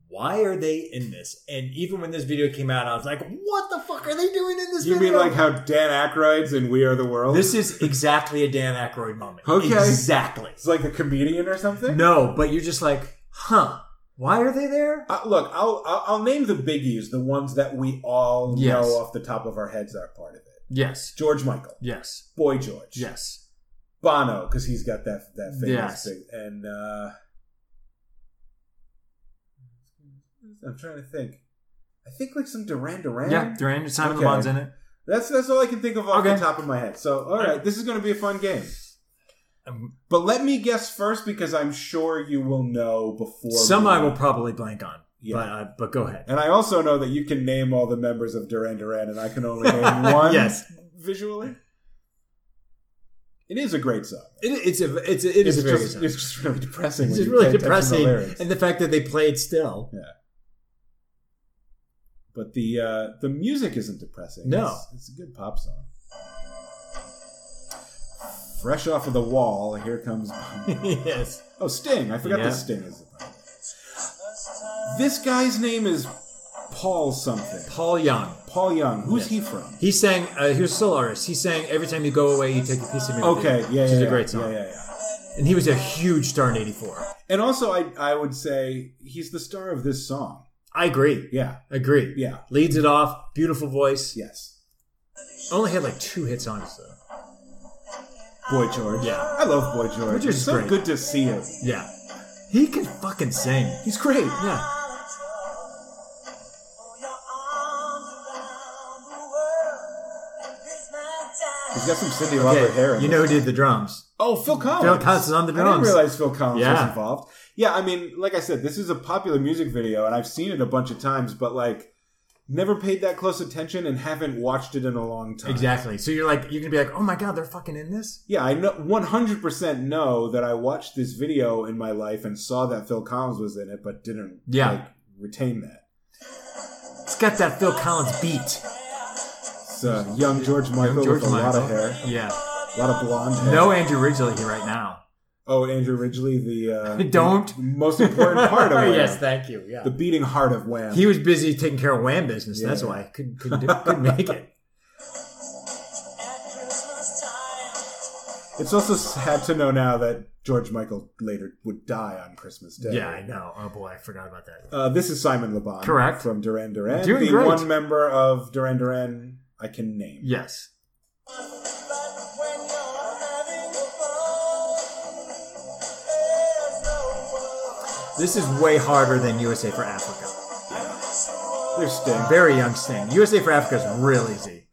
why are they in this? And even when this video came out, I was like, what the fuck are they doing in this
You
video?
mean like how Dan Aykroyd's in We Are the World?
this is exactly a Dan Aykroyd moment.
Okay.
Exactly.
it's like a comedian or something.
No, but you're just like, huh, why are they there?
Uh, look, I'll I'll I'll name the biggies, the ones that we all
Yes.
know off the top of our heads are part of it.
Yes.
George Michael,
Yes.
Boy George,
Yes.
Bono, because he's got that that famous
Yes.
thing, and uh, I'm trying to think. I think like some Duran Duran.
Yeah, Duran, Simon
Okay.
Le Bon's in it.
That's that's all I can think of off the
Okay.
top of my head. So, all right, this is going to be a fun game.
Um,
But let me guess first because I'm sure you will know before
Some
me.
I will probably blank on,
Yeah.
but uh, but go ahead.
And I also know that you can name all the members of Duran Duran, and I can only name one.
Yes.
visually. It is a great song.
It, it's a it's a, it is
it's
a very
just,
good
It's
song.
just really depressing.
It's
when
just
you
really
can't touch the
depressing,
lyrics.
and the fact that they played still.
but the uh, the music isn't depressing.
No.
it's, it's a good pop song. Fresh off of the wall, here comes.
yes.
Oh, Sting! I forgot
Yeah.
that Sting is. This guy's name is Paul something.
Paul Young.
Paul Young. Who's he from?
He sang. Uh, he was a solo artist. He sang "Every Time You Go Away, You Take a Piece of Me." With
Okay,
You,"
yeah, yeah,
which is
yeah,
a great song.
Yeah, yeah, yeah.
And he was a huge star in '84.
And also, I I would say he's the star of this song.
I agree.
Yeah,
Agree.
yeah,
Leads it off. Beautiful voice.
yes.
Only had like two hits on us though.
Boy George.
Yeah.
I love Boy George.
Boy George
it's
is
so
great.
good to see him.
Yeah. He can fucking sing.
He's great.
Yeah.
He's got some Cindy
Okay,
Lauper hair. in
You
him.
know who did the drums?
Oh, Phil Collins.
Phil Collins is on the
I didn't
drums.
realize Phil Collins was
Yeah.
involved. Yeah, I mean, like I said, this is a popular music video, and I've seen it a bunch of times, but like, never paid that close attention and haven't watched it in a long time.
Exactly. So you're like, you're gonna be like, oh my god, they're fucking in this.
Yeah, I know 100% know that I watched this video in my life and saw that Phil Collins was in it, but didn't
Yeah.
like, retain that.
It's got that Phil Collins beat.
It's uh, young George Michael
George
with a lot
Michael.
of hair,
Yeah.
a lot of blonde hair.
No Andrew Ridgeley here right now.
Oh, and Andrew Ridgely, the uh,
Don't.
the most important part of Wham,
yes, thank you. Yeah.
the beating heart of Wham.
He was busy taking care of Wham business.
Yeah.
That's why I couldn't couldn't, do, couldn't make it.
it's also sad to know now that George Michael later would die on Christmas Day.
Yeah, I know. Oh boy, I forgot about that.
Uh, this is Simon LeBon,
Correct.
from Duran Duran,
Doing
the
great.
one member of Duran Duran I can name.
Yes. This is way harder than USA for Africa.
There's Sting.
Very young Sting. USA for Africa is real easy.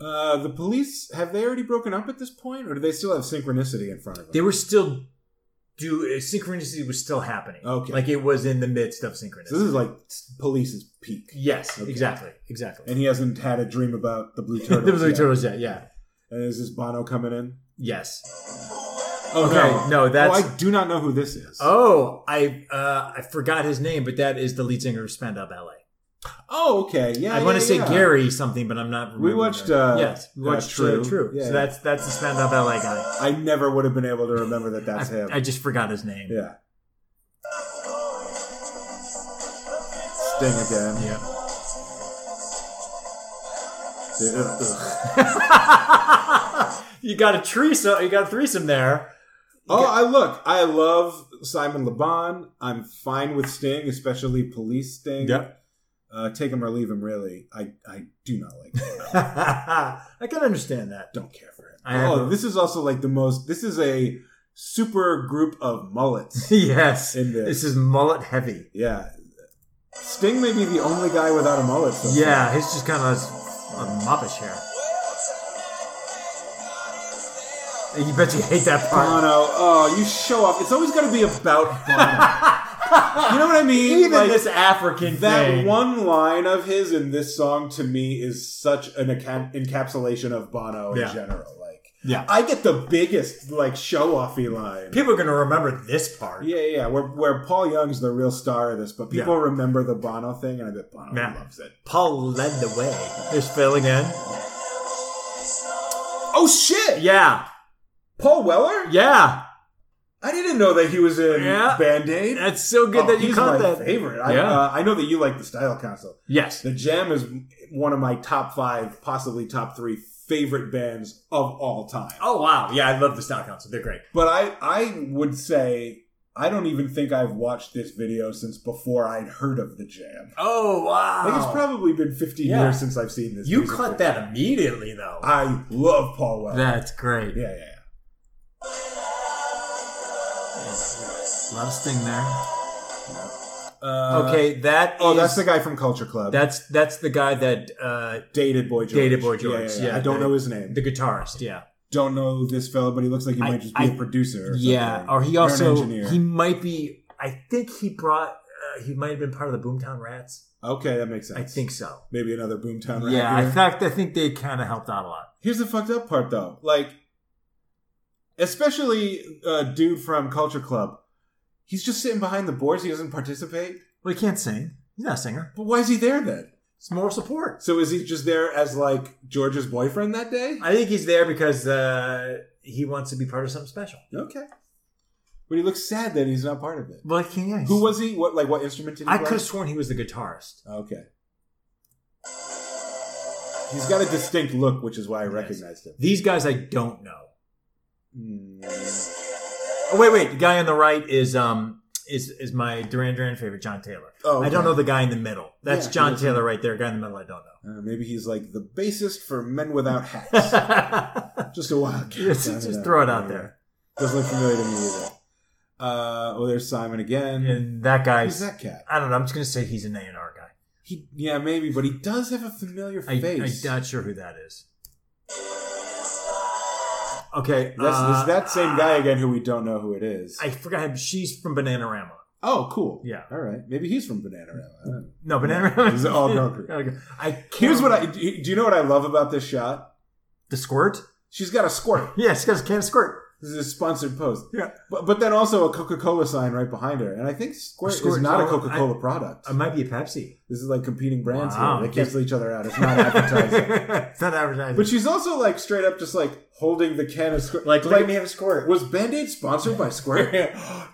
Uh, the police have they already broken up at this point, or do they still have synchronicity in front of them?
They were still do uh, synchronicity was still happening.
Okay.
like it was in the midst of synchronicity.
so this is like police's peak,
yes,
Okay.
exactly, exactly.
and he hasn't had a dream about the blue turtle.
There was a turtles yet. Yeah.
And is this Bono coming in?
Yes.
Oh,
Okay, no, that's-
Oh, I do not know who this is.
Oh, I uh, I forgot his name, but that is the lead singer of Spandau Ballet.
Oh, okay. Yeah.
I
yeah,
want to say
yeah.
Gary something, but I'm not.
We
remembering
watched,
it.
uh,
yes, we
uh,
watched
True.
True. True.
Yeah.
So that's that's the Spandau Ballet guy.
I never would have been able to remember that that's him.
I just forgot his name.
yeah. Sting again.
Yeah.
Dude, ugh, ugh.
you got a threesome. You got a threesome there.
Oh, I look. I love Simon LeBon. I'm fine with Sting, especially Police Sting.
Yep.
Uh, take him or leave him. Really, I I do not like. Him.
I can understand that.
Don't care for him.
I
oh,
have-
this is also like the most. This is a super group of mullets.
yes.
In this.
This is mullet heavy.
Yeah. Sting may be the only guy without a mullet. So far.
Yeah, he's just kind of a moppish hair. You bet you hate that part.
Bono. Oh, you show off. It's always got to be about Bono. you know what I mean?
Even
Like,
this African
that
thing.
one line of his in this song to me is such an enca- encapsulation of Bono in
Yeah.
general. Like,
Yeah.
I get the biggest like show offy line.
People are gonna remember this part.
yeah, yeah, yeah. Where, where Paul Young's the real star of this, but people
Yeah.
remember the Bono thing, and I bet Bono
Yeah.
loves it.
Paul led the way. There's Phil again.
Oh shit!
Yeah,
Paul Weller?
yeah.
I I didn't know that he was in
Yeah.
Band Aid.
That's so good
Oh,
that you
he's
caught
my
that.
favorite. I,
Yeah.
uh, I know that you like the Style Council.
Yes.
The Jam is one of my top five, possibly top three favorite bands of all time.
Oh wow, yeah, I love the Style Council. They're great.
But I, I would say I don't even think I've watched this video since before I'd heard of the Jam.
Oh wow,
I think it's probably been 15
Yeah.
years since I've seen this.
you
music
caught
video.
that immediately though.
I love Paul Weller.
That's great.
yeah, yeah, yeah.
A lot of sting there.
Uh,
Okay, that is
Oh, that's the guy from Culture Club.
that's that's the guy that uh
Dated Boy George.
Dated Boy
Yeah,
George,
Yeah, yeah,
yeah,
I don't
the-
know his name.
the guitarist, yeah.
don't know this fella, but he looks like he
I-
might just be a
I-
producer. Or
yeah,
something.
or he
Or an
also
engineer.
he might be I think he brought uh, he might have been part of the Boomtown Rats.
Okay, that makes sense.
I think so.
maybe another Boomtown. Rat
yeah,
here.
in fact I think they kind of helped out a lot.
Here's the fucked up part, though. Like, especially uh, dude from Culture Club. He's just sitting behind the boards. He doesn't participate.
Well, he can't sing. He's not a singer.
But why is he there then?
It's moral support.
So is he just there as like George's boyfriend that day?
I think he's there because uh he wants to be part of something special.
Okay. But he looks sad that he's not part of it.
Well, he yeah,
Who was he? What like what instrument did he
I
play?
could have sworn he was the guitarist.
Okay. He's got a distinct look, which is why I recognized him.
These guys I don't know.
Mm.
Oh wait, wait. The guy on the right is um is is my Duran Duran favorite, John Taylor.
Oh,
I don't
okay.
know the guy in the middle. That's
Yeah,
John
he is.
Taylor right there. Guy in the middle, I don't
Uh, maybe he's like the bassist for Men Without Hats.
know.
just a wild guess.
just
I don't
just
know.
throw it out there.
Doesn't look familiar to me either. Uh, oh, there's Simon again.
And that guy,
Who's that cat?
I don't know. I'm just gonna say he's an A and R guy.
He, yeah, maybe, but he does have a familiar
I, I'm
face.
not sure who that is. Okay,
That's,
uh,
it's that same guy again who we don't know who it is.
I forgot. She's from Bananarama.
oh, cool.
Yeah. Hmm.
All right. Maybe he's from Bananarama. I don't know.
No, Bananarama.
It's an all-girl group.
I can't
Here's what I do. You know what I love about this shot?
the squirt.
She's got a squirt.
Yeah, she got a can of squirt.
This is a sponsored post.
Yeah.
But, but then also a Coca Cola sign right behind her. And I think Squirt,
Squirt
is not a
is all-
Coca Cola product.
It might be a Pepsi.
this is like competing brands
Wow.
here. They cancel each other out. It's not advertising.
it's not advertising.
but she's also like straight up just like holding the can of Squirt.
like, let me have a squirt.
was Band Aid sponsored by Squirt?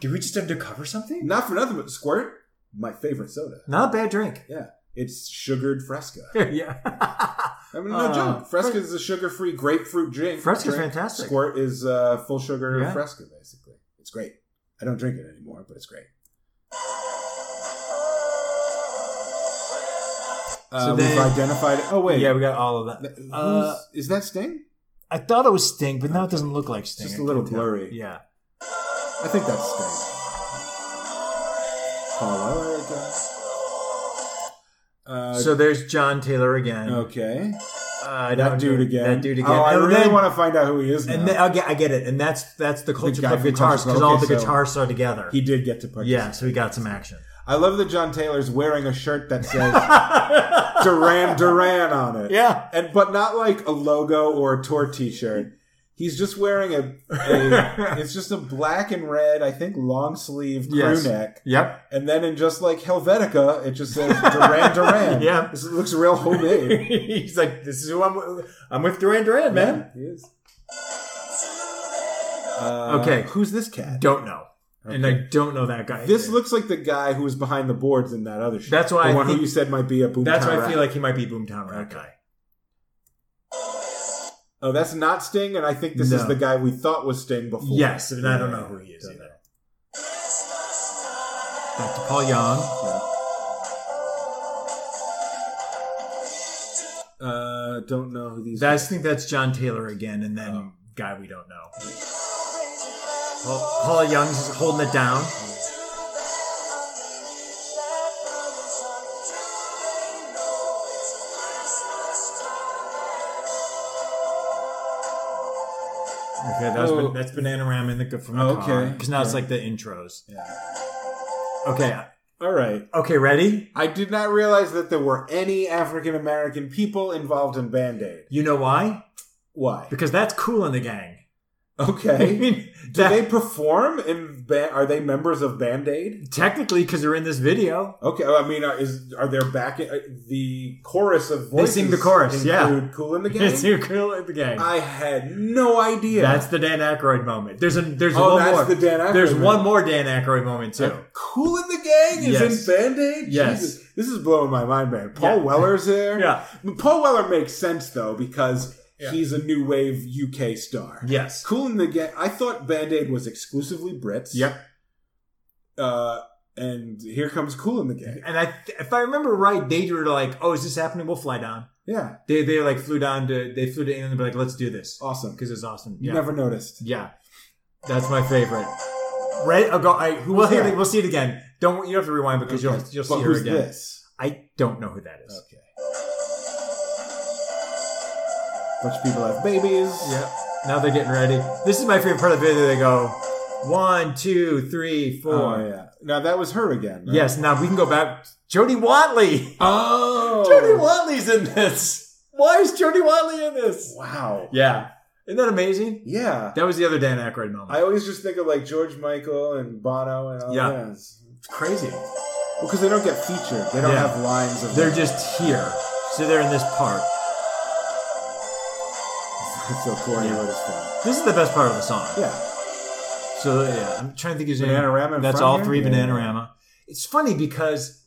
Did we just undercover something?
not for nothing, but Squirt, my favorite soda.
Not a bad drink.
Yeah. It's sugared Fresca.
yeah.
I mean, no
Uh,
joke. Fresca is a sugar-free grapefruit drink.
Fresca's
drink.
fantastic.
Squirt is uh, full sugar
Yeah.
Fresca, basically. It's great. I don't drink it anymore, but it's great. Uh,
So
we've
then-
identified. Oh wait,
Yeah, we got all of
Th-
that.
who's-
Uh,
is that Sting?
I thought it was Sting, but now it doesn't look like Sting.
Just
I
a little
can't tell.
blurry.
Yeah.
I think that's Sting. Paul Erica. Uh,
so there's John Taylor again.
okay,
Uh,
that dude
no,
again.
That dude again.
Oh, I
and
really
then,
want to find out who he is. Now.
And then, I, get, I get it. And that's that's the culture
guy
club
from
guitars
Culture
because
Club.
all
Okay,
the
so-
guitars are together.
he did get to participate.
yeah, so he got some action.
I love that John Taylor's wearing a shirt that says Duran Duran on it.
Yeah.
And but not like a logo or a tour t-shirt. He's just wearing a, a it's just a black and red, I think, long sleeve crew
Yes.
neck.
Yep.
And then in just like Helvetica, it just says Duran Duran.
Yeah.
This looks real homemade.
He's like, this is who I'm. with. I'm with Duran Duran, man.
He is. Uh,
Okay.
Who's this cat?
Don't know, and I
Okay.
don't know that guy.
this looks like the guy who was behind the boards in that other show.
That's why
the
I
one who
think-
you said might be a boom.
That's why I
rat.
feel like he might be Boomtown Rat guy.
Oh, that's not Sting, and I think this
No.
is the guy we thought was Sting before.
Yes, and I don't know who he is
Don't
either.
know.
Back to Paul Young.
Uh, don't know who these.
I just think that's John Taylor again, and then guy we don't know. Paul, Paul Young's is holding it down. Okay, that was,
Oh.
that's Banana Ram in the from the
Okay.
because now it's like the intros.
Yeah.
Okay,
All right.
okay, ready?
I did not realize that there were any African American people involved in Band Aid.
You know why?
Why?
Because that's cool in the gang. I
Okay.
mean,
Do
that-
they perform in? Ba- are they members of Band Aid?
technically because they're in this video.
Okay, I mean, are, is are there back uh, the chorus of voices?
sing the chorus, yeah.
include Cool in the
It's
Gang.
who killed the gang.
I had no idea.
That's the Dan Aykroyd moment. There's a there's
oh,
one
that's
more.
the Dan. Aykroyd
there's
movie.
one more Dan Aykroyd moment too.
Uh, Cool in the Gang is
Yes.
in Band Aid.
Yes.
this is blowing my mind, man. Paul
Yeah.
Weller's there.
Yeah.
Paul Weller makes sense though because
Yeah.
he's a new wave UK star.
Yes.
Cool in the Gang. I thought Band Aid was exclusively Brits.
Yep.
Uh, and here comes Cool in the Gang.
And I th- if I remember right, they were like, "Oh, is this happening? We'll fly down."
Yeah,
They they like flew down to they flew to England and be like, "Let's do this."
awesome.
because it's awesome.
You
Yeah.
never noticed.
Yeah, that's my favorite. Right, I'll go. I, we'll, hear
that?
it, we'll see it again. Don't you don't have to rewind because
Okay.
you'll you'll
But
see her
who's
again.
this?
I don't know who that is.
Okay. Bunch of people have babies.
Yep. Now they're getting ready. This is my favorite part of the video. They go one, two, three, four.
Oh yeah. Now that was her again. right?
Uh-huh. Yes. Now we can go back. Jody Watley.
Oh.
Jody Watley's in this. Why is Jody Watley in this?
Wow.
Yeah. Isn't that amazing?
Yeah.
That was the other Dan Aykroyd moment.
I always just think of like George Michael and Bono and all
Yeah.
that. It's-
it's crazy.
Well, because they don't get featured. They don't
Yeah.
have lines of.
They're just here. So they're in this park.
It's so corny, but it's fun.
This is the best part of the song.
Yeah.
So yeah, I'm trying to think. Of his
Bananarama in
That's
front
all
here?
three
Yeah.
Bananarama. It's funny because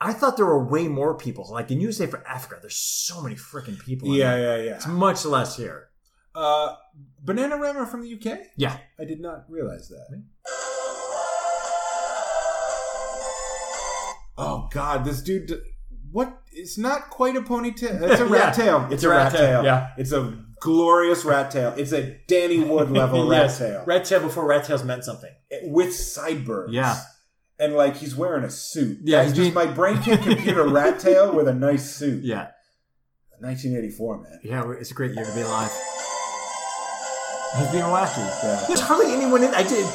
I thought there were way more people. Like in USA for Africa, there's so many freaking people. in
Yeah,
there.
yeah,
it's
yeah.
much less here.
Uh, Banana Rama from the UK?
Yeah.
I did not realize that. Oh God, this dude. d- What? It's not quite a ponytail. It's a
Yeah.
rat tail. It's a rat tail.
yeah.
It's a glorious rat tail. It's a Danny Wood level rat
Yes.
tail.
Red tail before rat tails meant something.
with sideburns.
Yeah.
And like he's wearing a suit.
Yeah,
It's
he's
just
being-
my brain can compute a rat tail with a nice suit.
Yeah,
1984, man.
yeah. It's a great year to be alive. He's being wacky.
Yeah.
There's hardly anyone in. I did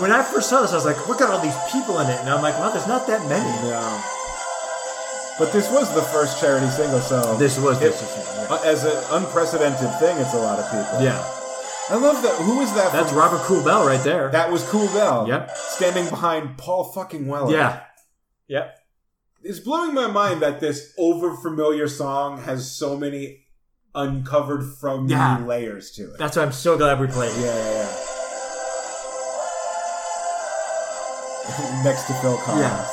when I first saw this. I was like, look at all these people in it, and I'm like, wow, there's not that many.
No. But this was the first charity single, so
This was
It-
this. was-
uh, as an unprecedented thing, it's a lot of people.
yeah,
I love that. Who was that?
that's
from-
Robert Cool Bell right there.
That was Cool Bell.
Yep.
Standing behind Paul fucking Weller.
yeah, yeah.
It's blowing my mind that this overfamiliar song has so many uncovered from you
Yeah.
layers to it.
That's why I'm so glad we played.
Yeah, yeah, yeah. Next to Phil Collins.
Yeah.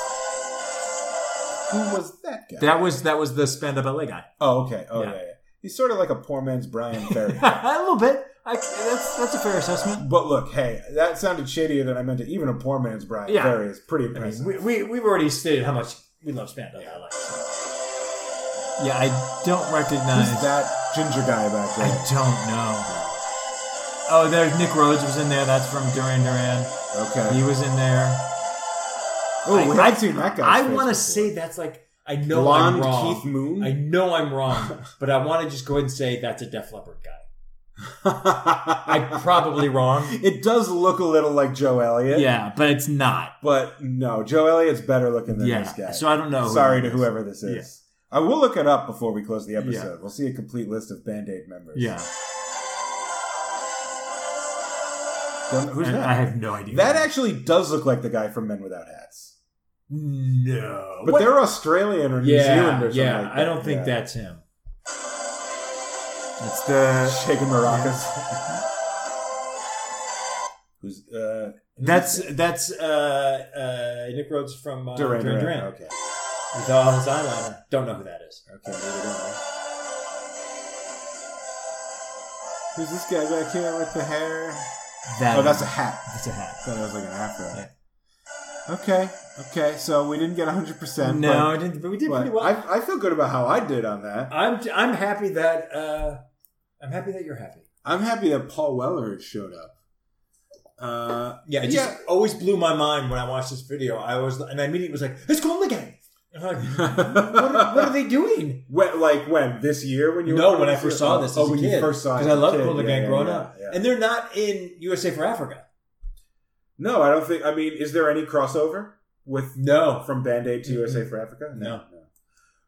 Who was that guy?
That was that was the Spandau Ballet guy.
oh, okay. Oh, yeah.
Yeah.
yeah, He's sort of like a poor man's Brian Ferry.
a little bit. I, that's that's a fair assessment.
but look, hey, that sounded shadier than I meant to. Even a poor man's Brian
Yeah.
Ferry is pretty
I mean,
impressive.
we, we we've already stated how much we love Spandau Ballet. Yeah, I don't recognize.
Who's that ginger guy back
I
there?
don't know. Oh, there's Nick Rhodes was in there. That's from Duran Duran. He
Okay.
was in there.
Oh, we
I-
haven't seen that guy.
I want to say that's like I know I'm
blonde
wrong.
Keith Moon.
I know I'm wrong, but I want to just go ahead and say that's a Def Leppard guy. I'm probably wrong.
it does look a little like Joe Elliott.
Yeah, but it's not.
But no, Joe Elliott's better looking than this
Yeah.
guy.
So I don't know. who
Sorry
that
to
is.
whoever this is. I will look it up before we close the episode. We'll see a complete list of Band Aid members.
Yeah.
Don't- who's
And
that?
I have no idea.
that actually does look like the guy from Men Without Hats.
No.
But they're Australian or New
yeah,
Zealand or something
yeah.
like that.
I don't think
Yeah.
that's him. That's the.
Shaking Maracas. who's uh
That's that's uh, uh, Nick Rhodes from uh,
Duran Duran.
Duran.
Okay.
With all his eyeliner. Don't know who that is.
Okay, neither do I. Who's this guy back here with the hair?
That
Oh, that's a hat.
that's a hat.
thought it was like an afro.
Yeah.
Okay, okay. So we didn't get 100%.
No, I didn't, but we
but,
did pretty
but
well.
I, I feel good about how I did on that.
I'm I'm happy that uh, I'm happy that you're happy.
I'm happy that Paul Weller has showed up. Uh,
Yeah, it just always blew my mind when I watched this video. I was and I immediately was like, "It's cool again." And I'm like, what, are, what are they doing?
when, like when this year when you
no,
were-
when I first saw this as
Oh,
a
when
kid,
you first saw it
because I
as a
loved
kid.
Cool
Yeah,
Gang
yeah,
growing
yeah,
up,
yeah.
and they're not in USA for Africa.
no, I don't think. I mean, is there any crossover with
No,
from Band Aid to USA for Africa?
No.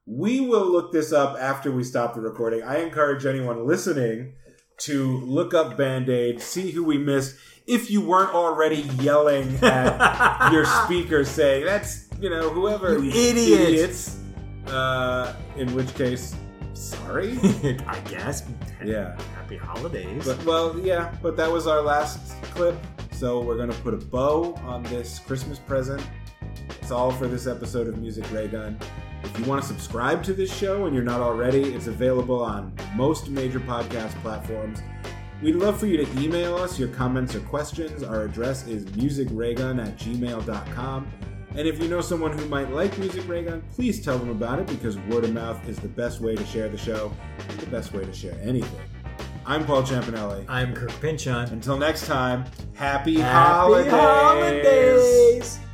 We will look this up after we stop the recording. I encourage anyone listening to look up Band Aid, see who we missed. If you weren't already yelling at your speaker saying, that's, you know, whoever.
You idiot.
Idiots. Uh, in which case, sorry.
I guess.
Yeah.
Happy holidays.
But well, yeah, but that was our last clip. So we're gonna put a bow on this Christmas present. It's all for this episode of Music Ray Gun. If you want to subscribe to this show and you're not already, it's available on most major podcast platforms. We'd love for you to email us your comments or questions. Our address is musicraygun at gmail.com. And if you know someone who might like Music Raygun, please tell them about it because word of mouth is the best way to share the show and the best way to share anything. I'm Paul Champanelli.
I'm Kirk Pinchon.
Until next time, happy,
Happy
holidays.
holidays.